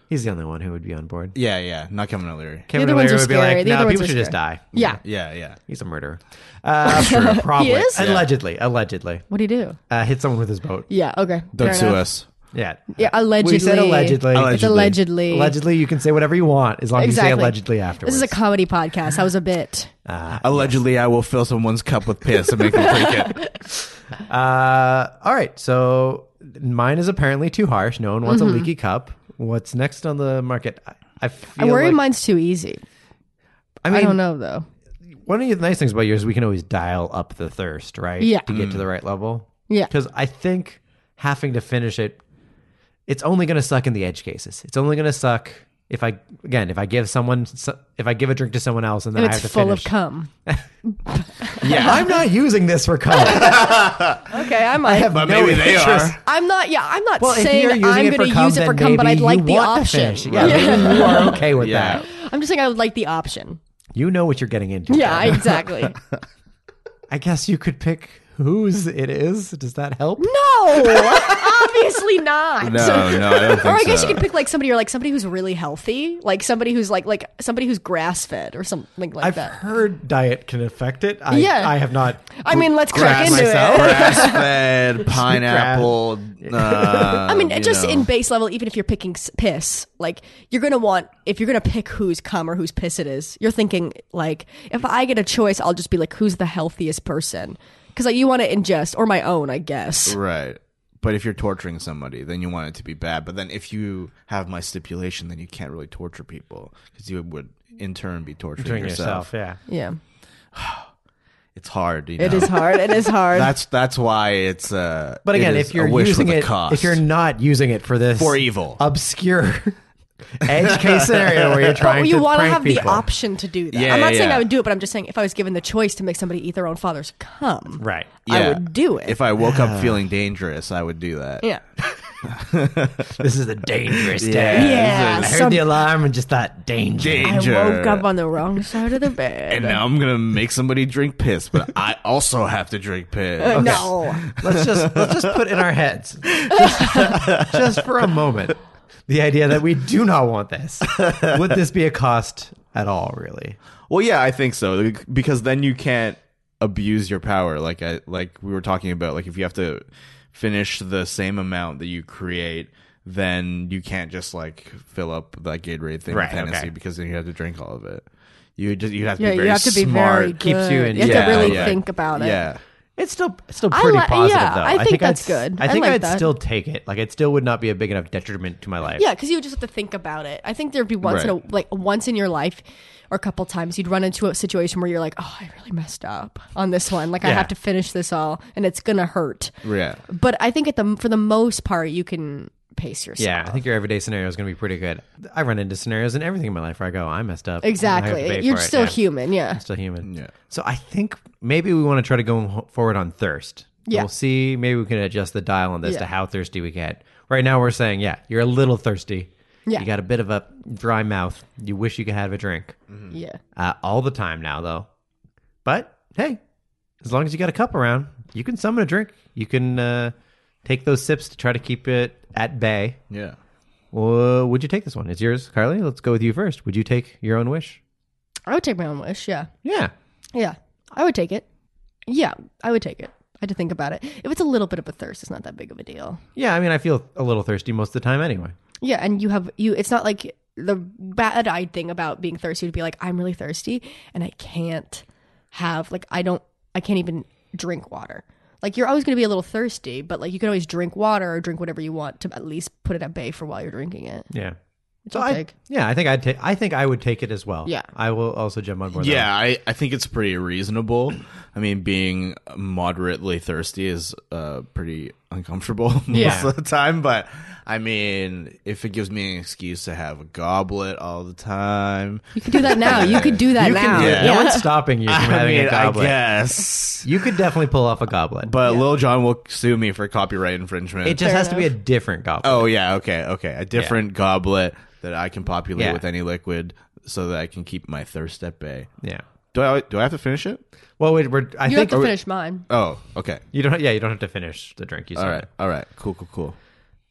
Speaker 1: He's the only one who would be on board.
Speaker 2: yeah, yeah. Not Kevin O'Leary.
Speaker 1: Cameron
Speaker 3: other ones
Speaker 1: O'Leary
Speaker 3: are
Speaker 1: would be
Speaker 3: scary.
Speaker 1: like,
Speaker 3: The
Speaker 1: no,
Speaker 3: other ones
Speaker 1: people
Speaker 3: are
Speaker 1: should just
Speaker 3: scary.
Speaker 1: die.
Speaker 3: Yeah.
Speaker 2: Yeah, yeah.
Speaker 1: He's a murderer. Uh, sure. Probably.
Speaker 3: He is?
Speaker 1: Allegedly. Allegedly.
Speaker 3: What do you do?
Speaker 1: Uh, hit someone with his boat.
Speaker 3: Yeah, okay.
Speaker 2: Don't
Speaker 3: fair
Speaker 2: sue
Speaker 3: enough.
Speaker 2: us.
Speaker 1: Yeah.
Speaker 3: Yeah, allegedly.
Speaker 1: We said allegedly.
Speaker 3: It's
Speaker 2: Allegedly.
Speaker 3: allegedly.
Speaker 1: Allegedly, you can say whatever you want as long as
Speaker 3: Exactly.
Speaker 1: you say allegedly afterwards.
Speaker 3: This is a comedy podcast. That was a bit.
Speaker 2: Ah, Allegedly, I will fill someone's cup with piss and make them drink it.
Speaker 1: uh, all right. So mine is apparently too harsh. No one wants
Speaker 3: Mm-hmm.
Speaker 1: a leaky cup. What's next on the market? I, I
Speaker 3: I
Speaker 1: feel
Speaker 3: worry
Speaker 1: like-
Speaker 3: mine's too easy.
Speaker 1: I mean,
Speaker 3: I don't know, though.
Speaker 1: one of the nice things about yours is we can always dial up the thirst, right?
Speaker 3: Yeah.
Speaker 1: To get to the
Speaker 2: Mm.
Speaker 1: right level.
Speaker 3: Yeah.
Speaker 1: Because I think having to finish it, it's only going to suck in the edge cases. It's only going to suck if I, again, if I give someone, if I give a drink to someone else and then
Speaker 3: And
Speaker 1: I
Speaker 3: it's
Speaker 1: have to
Speaker 3: full
Speaker 1: finish.
Speaker 3: of cum.
Speaker 1: Yeah. I'm not using this for cum.
Speaker 3: Okay, I might.
Speaker 1: have
Speaker 2: But
Speaker 1: no
Speaker 2: maybe they
Speaker 1: interest.
Speaker 2: are.
Speaker 3: I'm not. Yeah, I'm not
Speaker 1: Well, if
Speaker 3: saying
Speaker 1: you're using
Speaker 3: I'm
Speaker 1: it for
Speaker 3: going to
Speaker 1: cum,
Speaker 3: use it for
Speaker 1: then
Speaker 3: cum, but
Speaker 1: maybe
Speaker 3: I'd like
Speaker 1: you
Speaker 3: the
Speaker 1: want to
Speaker 3: option.
Speaker 1: finish. Yeah, maybe you are okay with
Speaker 2: Yeah.
Speaker 1: that.
Speaker 3: I'm just saying I would like the option.
Speaker 1: You know what you're getting into.
Speaker 3: Yeah, exactly.
Speaker 1: I guess you could pick whose it is. Does that help?
Speaker 3: no, obviously not.
Speaker 2: No, no, I don't think
Speaker 3: or I guess
Speaker 2: so.
Speaker 3: you could pick like somebody or like somebody who's really healthy, like somebody who's like like somebody who's grass fed or something like
Speaker 1: I've
Speaker 3: that.
Speaker 1: heard diet can affect it. I,
Speaker 3: Yeah.
Speaker 1: I have not.
Speaker 3: I mean, let's crack
Speaker 2: Grass
Speaker 3: into
Speaker 2: myself.
Speaker 3: it.
Speaker 2: Grass fed pineapple. uh,
Speaker 3: I mean,
Speaker 2: you
Speaker 3: just
Speaker 2: know.
Speaker 3: in base level, even if you're picking s- piss, like you're gonna want if you're gonna pick whose cum or whose piss it is, you're thinking like if I get a choice, I'll just be like, who's the healthiest person? Because like you want to ingest or my own, I guess.
Speaker 2: Right. But if you're torturing somebody, then you want it to be bad. But then if you have my stipulation, then you can't really torture people because you would in turn be torturing,
Speaker 1: Doing
Speaker 2: yourself.
Speaker 1: yourself, yeah.
Speaker 3: Yeah,
Speaker 2: It's hard. You know?
Speaker 3: it is hard. It is hard.
Speaker 2: That's that's why it's. Uh,
Speaker 1: But
Speaker 2: it
Speaker 1: again,
Speaker 2: is
Speaker 1: if you're
Speaker 2: a wish
Speaker 1: using
Speaker 2: with a
Speaker 1: it,
Speaker 2: cost.
Speaker 1: if you're not using it for this
Speaker 2: For evil.
Speaker 1: obscure edge case scenario where you're trying
Speaker 3: But you
Speaker 1: to
Speaker 3: want to
Speaker 1: prank
Speaker 3: have the
Speaker 1: people.
Speaker 3: option to do that.
Speaker 2: Yeah,
Speaker 3: I'm not
Speaker 2: yeah,
Speaker 3: saying
Speaker 2: yeah.
Speaker 3: I would do it, but I'm just saying if I was given the choice to make somebody eat their own father's cum,
Speaker 1: right?
Speaker 3: I would do it.
Speaker 2: If I woke up feeling dangerous, I would do that.
Speaker 3: yeah,
Speaker 1: This is a dangerous
Speaker 2: Yeah,
Speaker 1: day.
Speaker 3: Yeah,
Speaker 1: I
Speaker 2: this
Speaker 1: heard
Speaker 2: is
Speaker 3: some-
Speaker 1: the alarm and just thought danger.
Speaker 3: I
Speaker 2: danger.
Speaker 3: woke up on the wrong side of the bed.
Speaker 2: and now I'm gonna make somebody drink piss, but I also have to drink piss.
Speaker 3: Uh, No,
Speaker 1: Let's just let's just put in our heads, just, just for a moment, the idea that we do not want this. Would this be a cost at all? Really?
Speaker 2: Well, yeah, I think so because then you can't abuse your power. Like I like we were talking about. Like if you have to finish the same amount that you create, then you can't just like fill up that Gatorade thing
Speaker 1: Right,
Speaker 2: with Hennessy
Speaker 1: okay.
Speaker 2: because then you have to drink all of it. You just you have to
Speaker 3: yeah,
Speaker 2: be very
Speaker 3: you have to be
Speaker 2: smart.
Speaker 3: very good.
Speaker 1: Keeps you in-
Speaker 3: You have
Speaker 1: Yeah,
Speaker 3: to really
Speaker 1: yeah.
Speaker 3: think about it.
Speaker 2: Yeah.
Speaker 1: It's still it's still
Speaker 3: I
Speaker 1: pretty
Speaker 3: li-
Speaker 1: positive
Speaker 3: yeah,
Speaker 1: though.
Speaker 3: I think that's
Speaker 1: I'd,
Speaker 3: good.
Speaker 1: I
Speaker 3: I
Speaker 1: think
Speaker 3: like
Speaker 1: I'd
Speaker 3: that.
Speaker 1: still take it. Like it still would not be a big enough detriment to my life.
Speaker 3: Yeah, because you just have to think about it. I think there'd be once in a
Speaker 2: Right.
Speaker 3: like once in your life or a couple times you'd run into a situation where you're like, oh, I really messed up on this one. Like I
Speaker 1: Yeah.
Speaker 3: have to finish this all, and it's gonna hurt.
Speaker 2: Yeah.
Speaker 3: But I think at the for the most part, you can pace yourself.
Speaker 1: Yeah, I think your everyday scenario is going to be pretty good. I run into scenarios in everything in my life where I go, I messed up. I have to
Speaker 3: Exactly.
Speaker 1: pay
Speaker 3: You're
Speaker 1: for it.
Speaker 3: still
Speaker 1: Yeah.
Speaker 3: human. Yeah.
Speaker 1: I'm still human.
Speaker 2: Yeah.
Speaker 1: So I think maybe we want to try to go ho- forward on thirst.
Speaker 3: Yeah.
Speaker 1: We'll see. Maybe we can adjust the dial on this
Speaker 3: Yeah.
Speaker 1: to how thirsty we get. Right now, we're saying, yeah, you're a little thirsty.
Speaker 3: Yeah.
Speaker 1: You got a bit of a dry mouth. You Mm-hmm. wish you could have a drink
Speaker 3: Yeah.
Speaker 1: uh, all the time now, though. But hey, as long as you got a cup around, you can summon a drink. You can uh, take those sips to try to keep it at bay.
Speaker 2: Yeah.
Speaker 1: Well, would you take this one? It's yours, Carly. Let's go with you first. Would you take your own wish?
Speaker 3: I would take my own wish. Yeah.
Speaker 1: Yeah.
Speaker 3: Yeah. I would take it. Yeah. I would take it. I had to think about it. If it's a little bit of a thirst, it's not that big of a deal.
Speaker 1: Yeah, I mean, I feel a little thirsty most of the time anyway.
Speaker 3: Yeah. And you have, you, it's not like the bad eye thing about being thirsty would be like, I'm really thirsty and I can't have, like, I don't, I can't even drink water. Like, you're always going to be a little thirsty, but like, you can always drink water or drink whatever you want to at least put it at bay for while you're drinking it.
Speaker 1: Yeah.
Speaker 3: I'll
Speaker 1: I,
Speaker 3: take.
Speaker 1: yeah, I think I'd take. I think I would take it as well.
Speaker 3: Yeah.
Speaker 1: I will also jump on board. that
Speaker 2: Yeah, I, I think it's pretty reasonable. I mean, being moderately thirsty is uh, pretty uncomfortable most
Speaker 3: Yeah.
Speaker 2: of the time. But I mean, if it gives me an excuse to have a goblet all the time,
Speaker 3: You could do that now. You could do that
Speaker 1: You
Speaker 3: now.
Speaker 1: can do it.
Speaker 2: Yeah.
Speaker 1: No one's stopping you from
Speaker 2: I
Speaker 1: having
Speaker 2: mean,
Speaker 1: a goblet.
Speaker 2: I guess.
Speaker 1: You could definitely pull off a goblet.
Speaker 2: But Lil John will sue me for copyright infringement.
Speaker 1: it just
Speaker 3: Fair
Speaker 1: has to be a
Speaker 3: enough.
Speaker 1: different goblet.
Speaker 2: oh yeah, okay, okay, a different goblet that I can populate
Speaker 1: Yeah.
Speaker 2: with any liquid so that I can keep my thirst at bay.
Speaker 1: Yeah.
Speaker 2: Do I do I have to finish it?
Speaker 1: Well, wait, we're, I
Speaker 3: You have
Speaker 1: think
Speaker 3: to
Speaker 1: are we-
Speaker 3: finish mine.
Speaker 2: Oh, okay.
Speaker 1: You don't. Yeah, you don't have to finish the drink. You
Speaker 2: All
Speaker 1: started.
Speaker 2: right, all right, cool, cool, cool.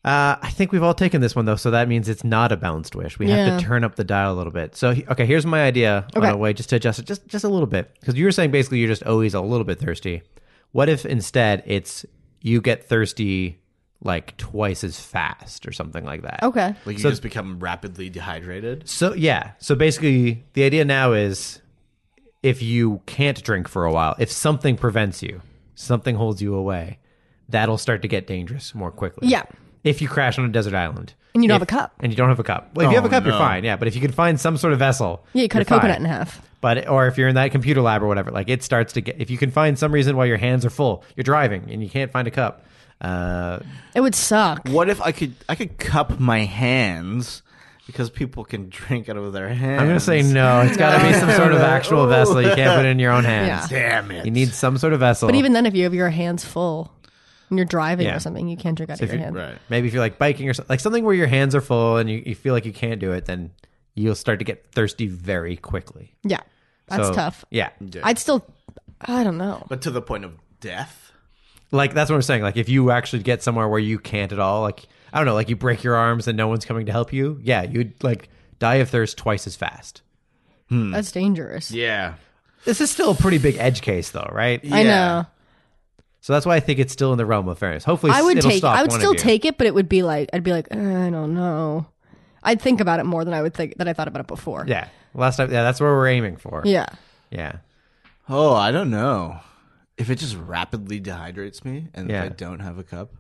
Speaker 1: Uh, I think we've all taken this one though, so that means it's not a balanced wish. We have
Speaker 3: Yeah.
Speaker 1: to turn up the dial a little bit. So he- okay, here's my idea on
Speaker 3: Okay.
Speaker 1: a way just to adjust it just just a little bit because you were saying basically you're just always a little bit thirsty. What if instead it's you get thirsty like twice as fast or something like that?
Speaker 3: Okay.
Speaker 2: Like you just become rapidly dehydrated.
Speaker 1: So yeah, so basically the idea now is if you can't drink for a while, if something prevents you, something holds you away, that'll start to get dangerous more quickly.
Speaker 3: Yeah.
Speaker 1: If you crash on a desert island
Speaker 3: And you don't
Speaker 1: If-
Speaker 3: have a cup.
Speaker 1: and you don't have a cup. Well, if you have a
Speaker 2: Oh,
Speaker 1: cup,
Speaker 2: no.
Speaker 1: you're fine. Yeah, but if you can find some sort of vessel,
Speaker 3: Yeah, you cut
Speaker 1: you're
Speaker 3: a coconut
Speaker 1: fine.
Speaker 3: in half.
Speaker 1: But or if you're in that computer lab or whatever, like it starts to get. If you can find some reason why your hands are full, you're driving and you can't find a cup. Uh,
Speaker 3: It would suck.
Speaker 2: What if I could I could cup my hands because people can drink out of their hands?
Speaker 1: I'm gonna say no. It's got to be some sort of actual vessel. You can't put it in your own hands.
Speaker 2: Damn it!
Speaker 1: You need some sort of vessel.
Speaker 3: But even then, if you have your hands full and you're driving
Speaker 1: Yeah.
Speaker 3: or something, you can't drink out of your hand.
Speaker 2: right.
Speaker 1: maybe if you're like biking or something, like something where your hands are full and you, you feel like you can't do it, then you'll start to get thirsty very quickly.
Speaker 3: Yeah, that's
Speaker 1: So,
Speaker 3: tough.
Speaker 1: Yeah,
Speaker 3: I'd still, I don't know.
Speaker 2: But to the point of death.
Speaker 1: like that's what I'm saying. Like if you actually get somewhere where you can't at all, like I don't know, like you break your arms and no one's coming to help you, yeah, you'd like die of thirst twice as fast. Hmm.
Speaker 3: That's dangerous.
Speaker 2: Yeah.
Speaker 1: This is still a pretty big edge case, though, right?
Speaker 3: I know.
Speaker 1: So that's why I think it's still in the realm of fairness. Hopefully,
Speaker 3: I would
Speaker 1: it'll
Speaker 3: take.
Speaker 1: Stop
Speaker 3: I would
Speaker 1: one of
Speaker 3: still
Speaker 1: you.
Speaker 3: take it, but it would be like I'd be like "Uh, I don't know. I'd think about it more than I would think that I thought about it before.
Speaker 1: Yeah, last time. Yeah, that's what we're aiming for.
Speaker 3: Yeah.
Speaker 1: yeah.
Speaker 2: Oh, I don't know. If it just rapidly dehydrates me, and
Speaker 1: Yeah.
Speaker 2: if I don't have a cup,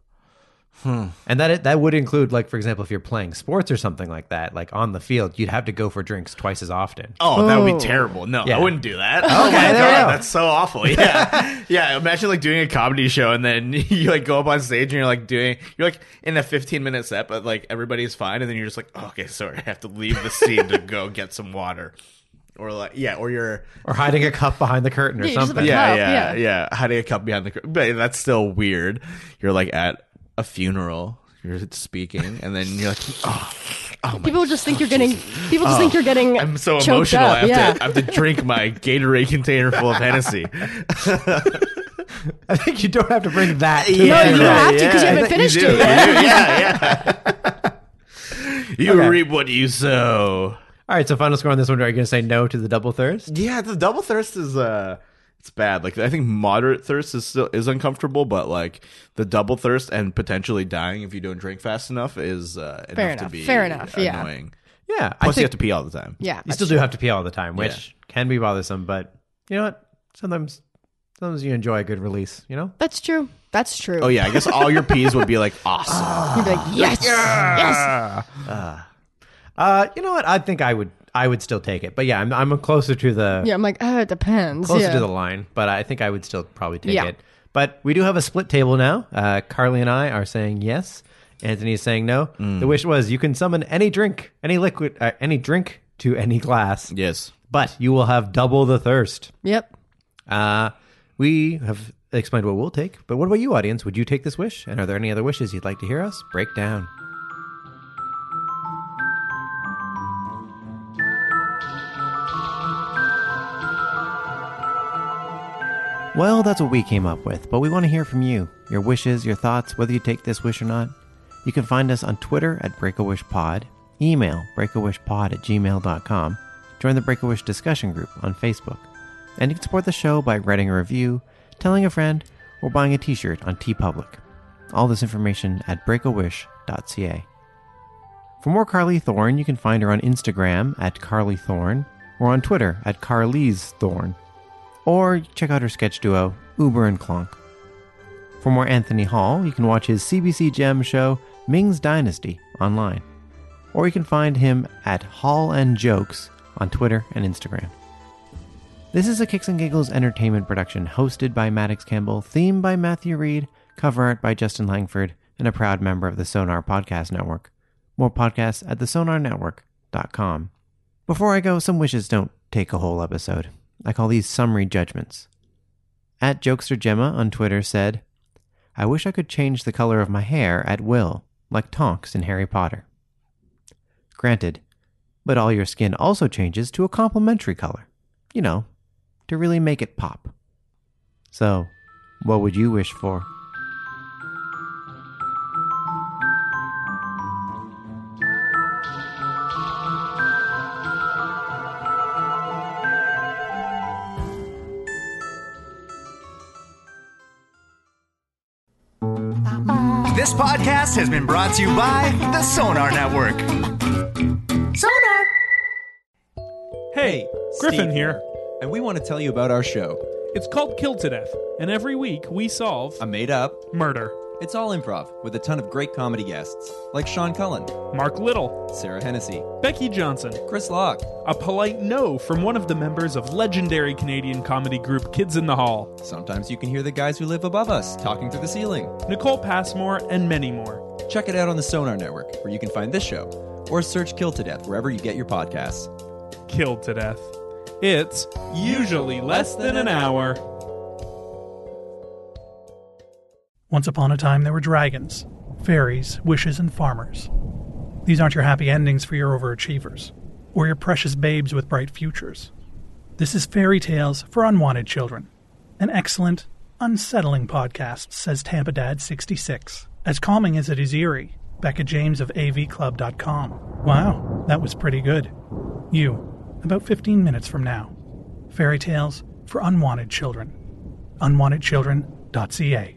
Speaker 1: And that that would include, like, for example, if you're playing sports or something like that, like on the field, you'd have to go for drinks twice as often.
Speaker 2: oh, that would
Speaker 3: Oh.
Speaker 2: be terrible. No,
Speaker 1: Yeah.
Speaker 2: I wouldn't do that. Oh my
Speaker 1: there we
Speaker 2: god,
Speaker 1: go.
Speaker 2: that's so awful. Yeah, yeah. Imagine like doing a comedy show, and then you like go up on stage, and you're like doing, you're like in a 15 minute set, but like everybody's fine, and then you're just like, oh, okay, sorry, I have to leave the scene to go get some water, or like, yeah, or you're
Speaker 1: Or hiding a cup behind the curtain or
Speaker 3: Yeah, you just
Speaker 1: something.
Speaker 3: have a
Speaker 2: yeah,
Speaker 3: cup,
Speaker 2: yeah,
Speaker 3: yeah.
Speaker 2: yeah. Hiding a cup behind the curtain. But that's still weird. You're like at a funeral, you're speaking, and then you're like, oh, oh my.
Speaker 3: People just think you're getting. People just
Speaker 1: Oh,
Speaker 3: think you're getting.
Speaker 2: I'm so
Speaker 3: choked
Speaker 2: emotional.
Speaker 3: Up.
Speaker 2: I, have
Speaker 3: yeah.
Speaker 2: to, I have to drink my Gatorade container full of Hennessy.
Speaker 1: I think you don't have to bring that. To
Speaker 3: No,
Speaker 1: the
Speaker 3: you
Speaker 1: funeral.
Speaker 3: have to 'cause you haven't
Speaker 2: I think
Speaker 3: finished
Speaker 2: do.
Speaker 3: it.
Speaker 2: You do, yeah, yeah. You
Speaker 1: Okay.
Speaker 2: reap what you sow.
Speaker 1: All right, so final score on this one. Are you going to say no to the double thirst?
Speaker 2: Yeah, the double thirst is uh it's bad. Like I think moderate thirst is still is uncomfortable, but like the double thirst and potentially dying if you don't drink fast enough is uh enough, to
Speaker 3: enough.
Speaker 2: be
Speaker 3: Fair enough, yeah.
Speaker 2: annoying.
Speaker 1: Yeah, I
Speaker 2: Plus you
Speaker 1: think
Speaker 2: have to pee all the time.
Speaker 3: yeah.
Speaker 1: you still do have to pee all the time, which can be bothersome. But you know what? Sometimes, sometimes you enjoy a good release. You know,
Speaker 3: That's true. That's true.
Speaker 2: Oh yeah, I guess all your peas would be like awesome.
Speaker 3: You'd be like yes, yes.
Speaker 1: uh, you know what? I think I would, I would still take it. But yeah, I'm, I'm closer to the
Speaker 3: Yeah. I'm like oh, it depends.
Speaker 1: closer
Speaker 3: yeah.
Speaker 1: to the line. But I think I would still probably take
Speaker 3: Yeah.
Speaker 1: it. But we do have a split table now. Uh, Carly and I are saying yes. Anthony is saying no. The wish was you can summon any drink, any liquid, uh, any drink to any glass,
Speaker 2: yes.
Speaker 1: but you will have double the thirst.
Speaker 3: Yep.
Speaker 1: Uh, we have explained what we'll take, but what about you, audience? Would you take this wish? And are there any other wishes you'd like to hear us break down? Well, that's what we came up with, but we want to hear from you. Your wishes, your thoughts, whether you take this wish or not. You can find us on Twitter at BreakAWishPod, email breakawishpod at gmail.com, join the Break a Wish discussion group on Facebook, and you can support the show by writing a review, telling a friend, or buying a t-shirt on TeePublic. All this information at breakawish.ca. For more Carly Thorne, you can find her on Instagram at Carly Thorne or on Twitter at Carly's Thorne. Or check out her sketch duo, Uber and Clonk. For more Anthony Hall, you can watch his CBC Gem show, Ming's Dynasty, online. Or you can find him at Hall and Jokes on Twitter and Instagram. This is a Kicks and Giggles entertainment production hosted by Maddox Campbell, theme by Matthew Reed, cover art by Justin Langford, and a proud member of the Sonar Podcast Network. More podcasts at thesonarnetwork.com. Before I go, some wishes don't take a whole episode. I call these summary judgments. At Jokester Gemma on Twitter said, I wish I could change the color of my hair at will, like Tonks in Harry Potter. Granted, but all your skin also changes to a complementary color. You know, to really make it pop. So, what would you wish for?
Speaker 5: This podcast has been brought to you by the Sonar Network. Sonar!
Speaker 6: Hey, Griffin
Speaker 7: Steve
Speaker 6: here.
Speaker 7: And we want to tell you about our show.
Speaker 6: It's called Killed to Death, and every week we solve
Speaker 7: A made up,
Speaker 6: murder.
Speaker 7: it's all improv with a ton of great comedy guests like Sean Cullen,
Speaker 6: Mark Little,
Speaker 7: Sarah Hennessy,
Speaker 6: Becky Johnson,
Speaker 7: Chris Locke,
Speaker 6: a polite no from one of the members of legendary Canadian comedy group Kids in the Hall,
Speaker 7: sometimes you can hear the guys who live above us talking through the ceiling.
Speaker 6: Nicole Passmore, and many more.
Speaker 7: Check it out on the Sonar Network where you can find this show or search Kill to Death wherever you get your podcasts.
Speaker 6: Killed to Death. It's usually less than an hour.
Speaker 8: Once upon a time, there were dragons, fairies, wishes, and farmers. These aren't your happy endings for your overachievers, or your precious babes with bright futures. This is Fairy Tales for Unwanted Children, an excellent, unsettling podcast, says Tampa Dad 66. As calming as it is eerie, Becca James of AVClub.com. Wow, that was pretty good. You, about 15 minutes from now. Fairy Tales for Unwanted Children. UnwantedChildren.ca.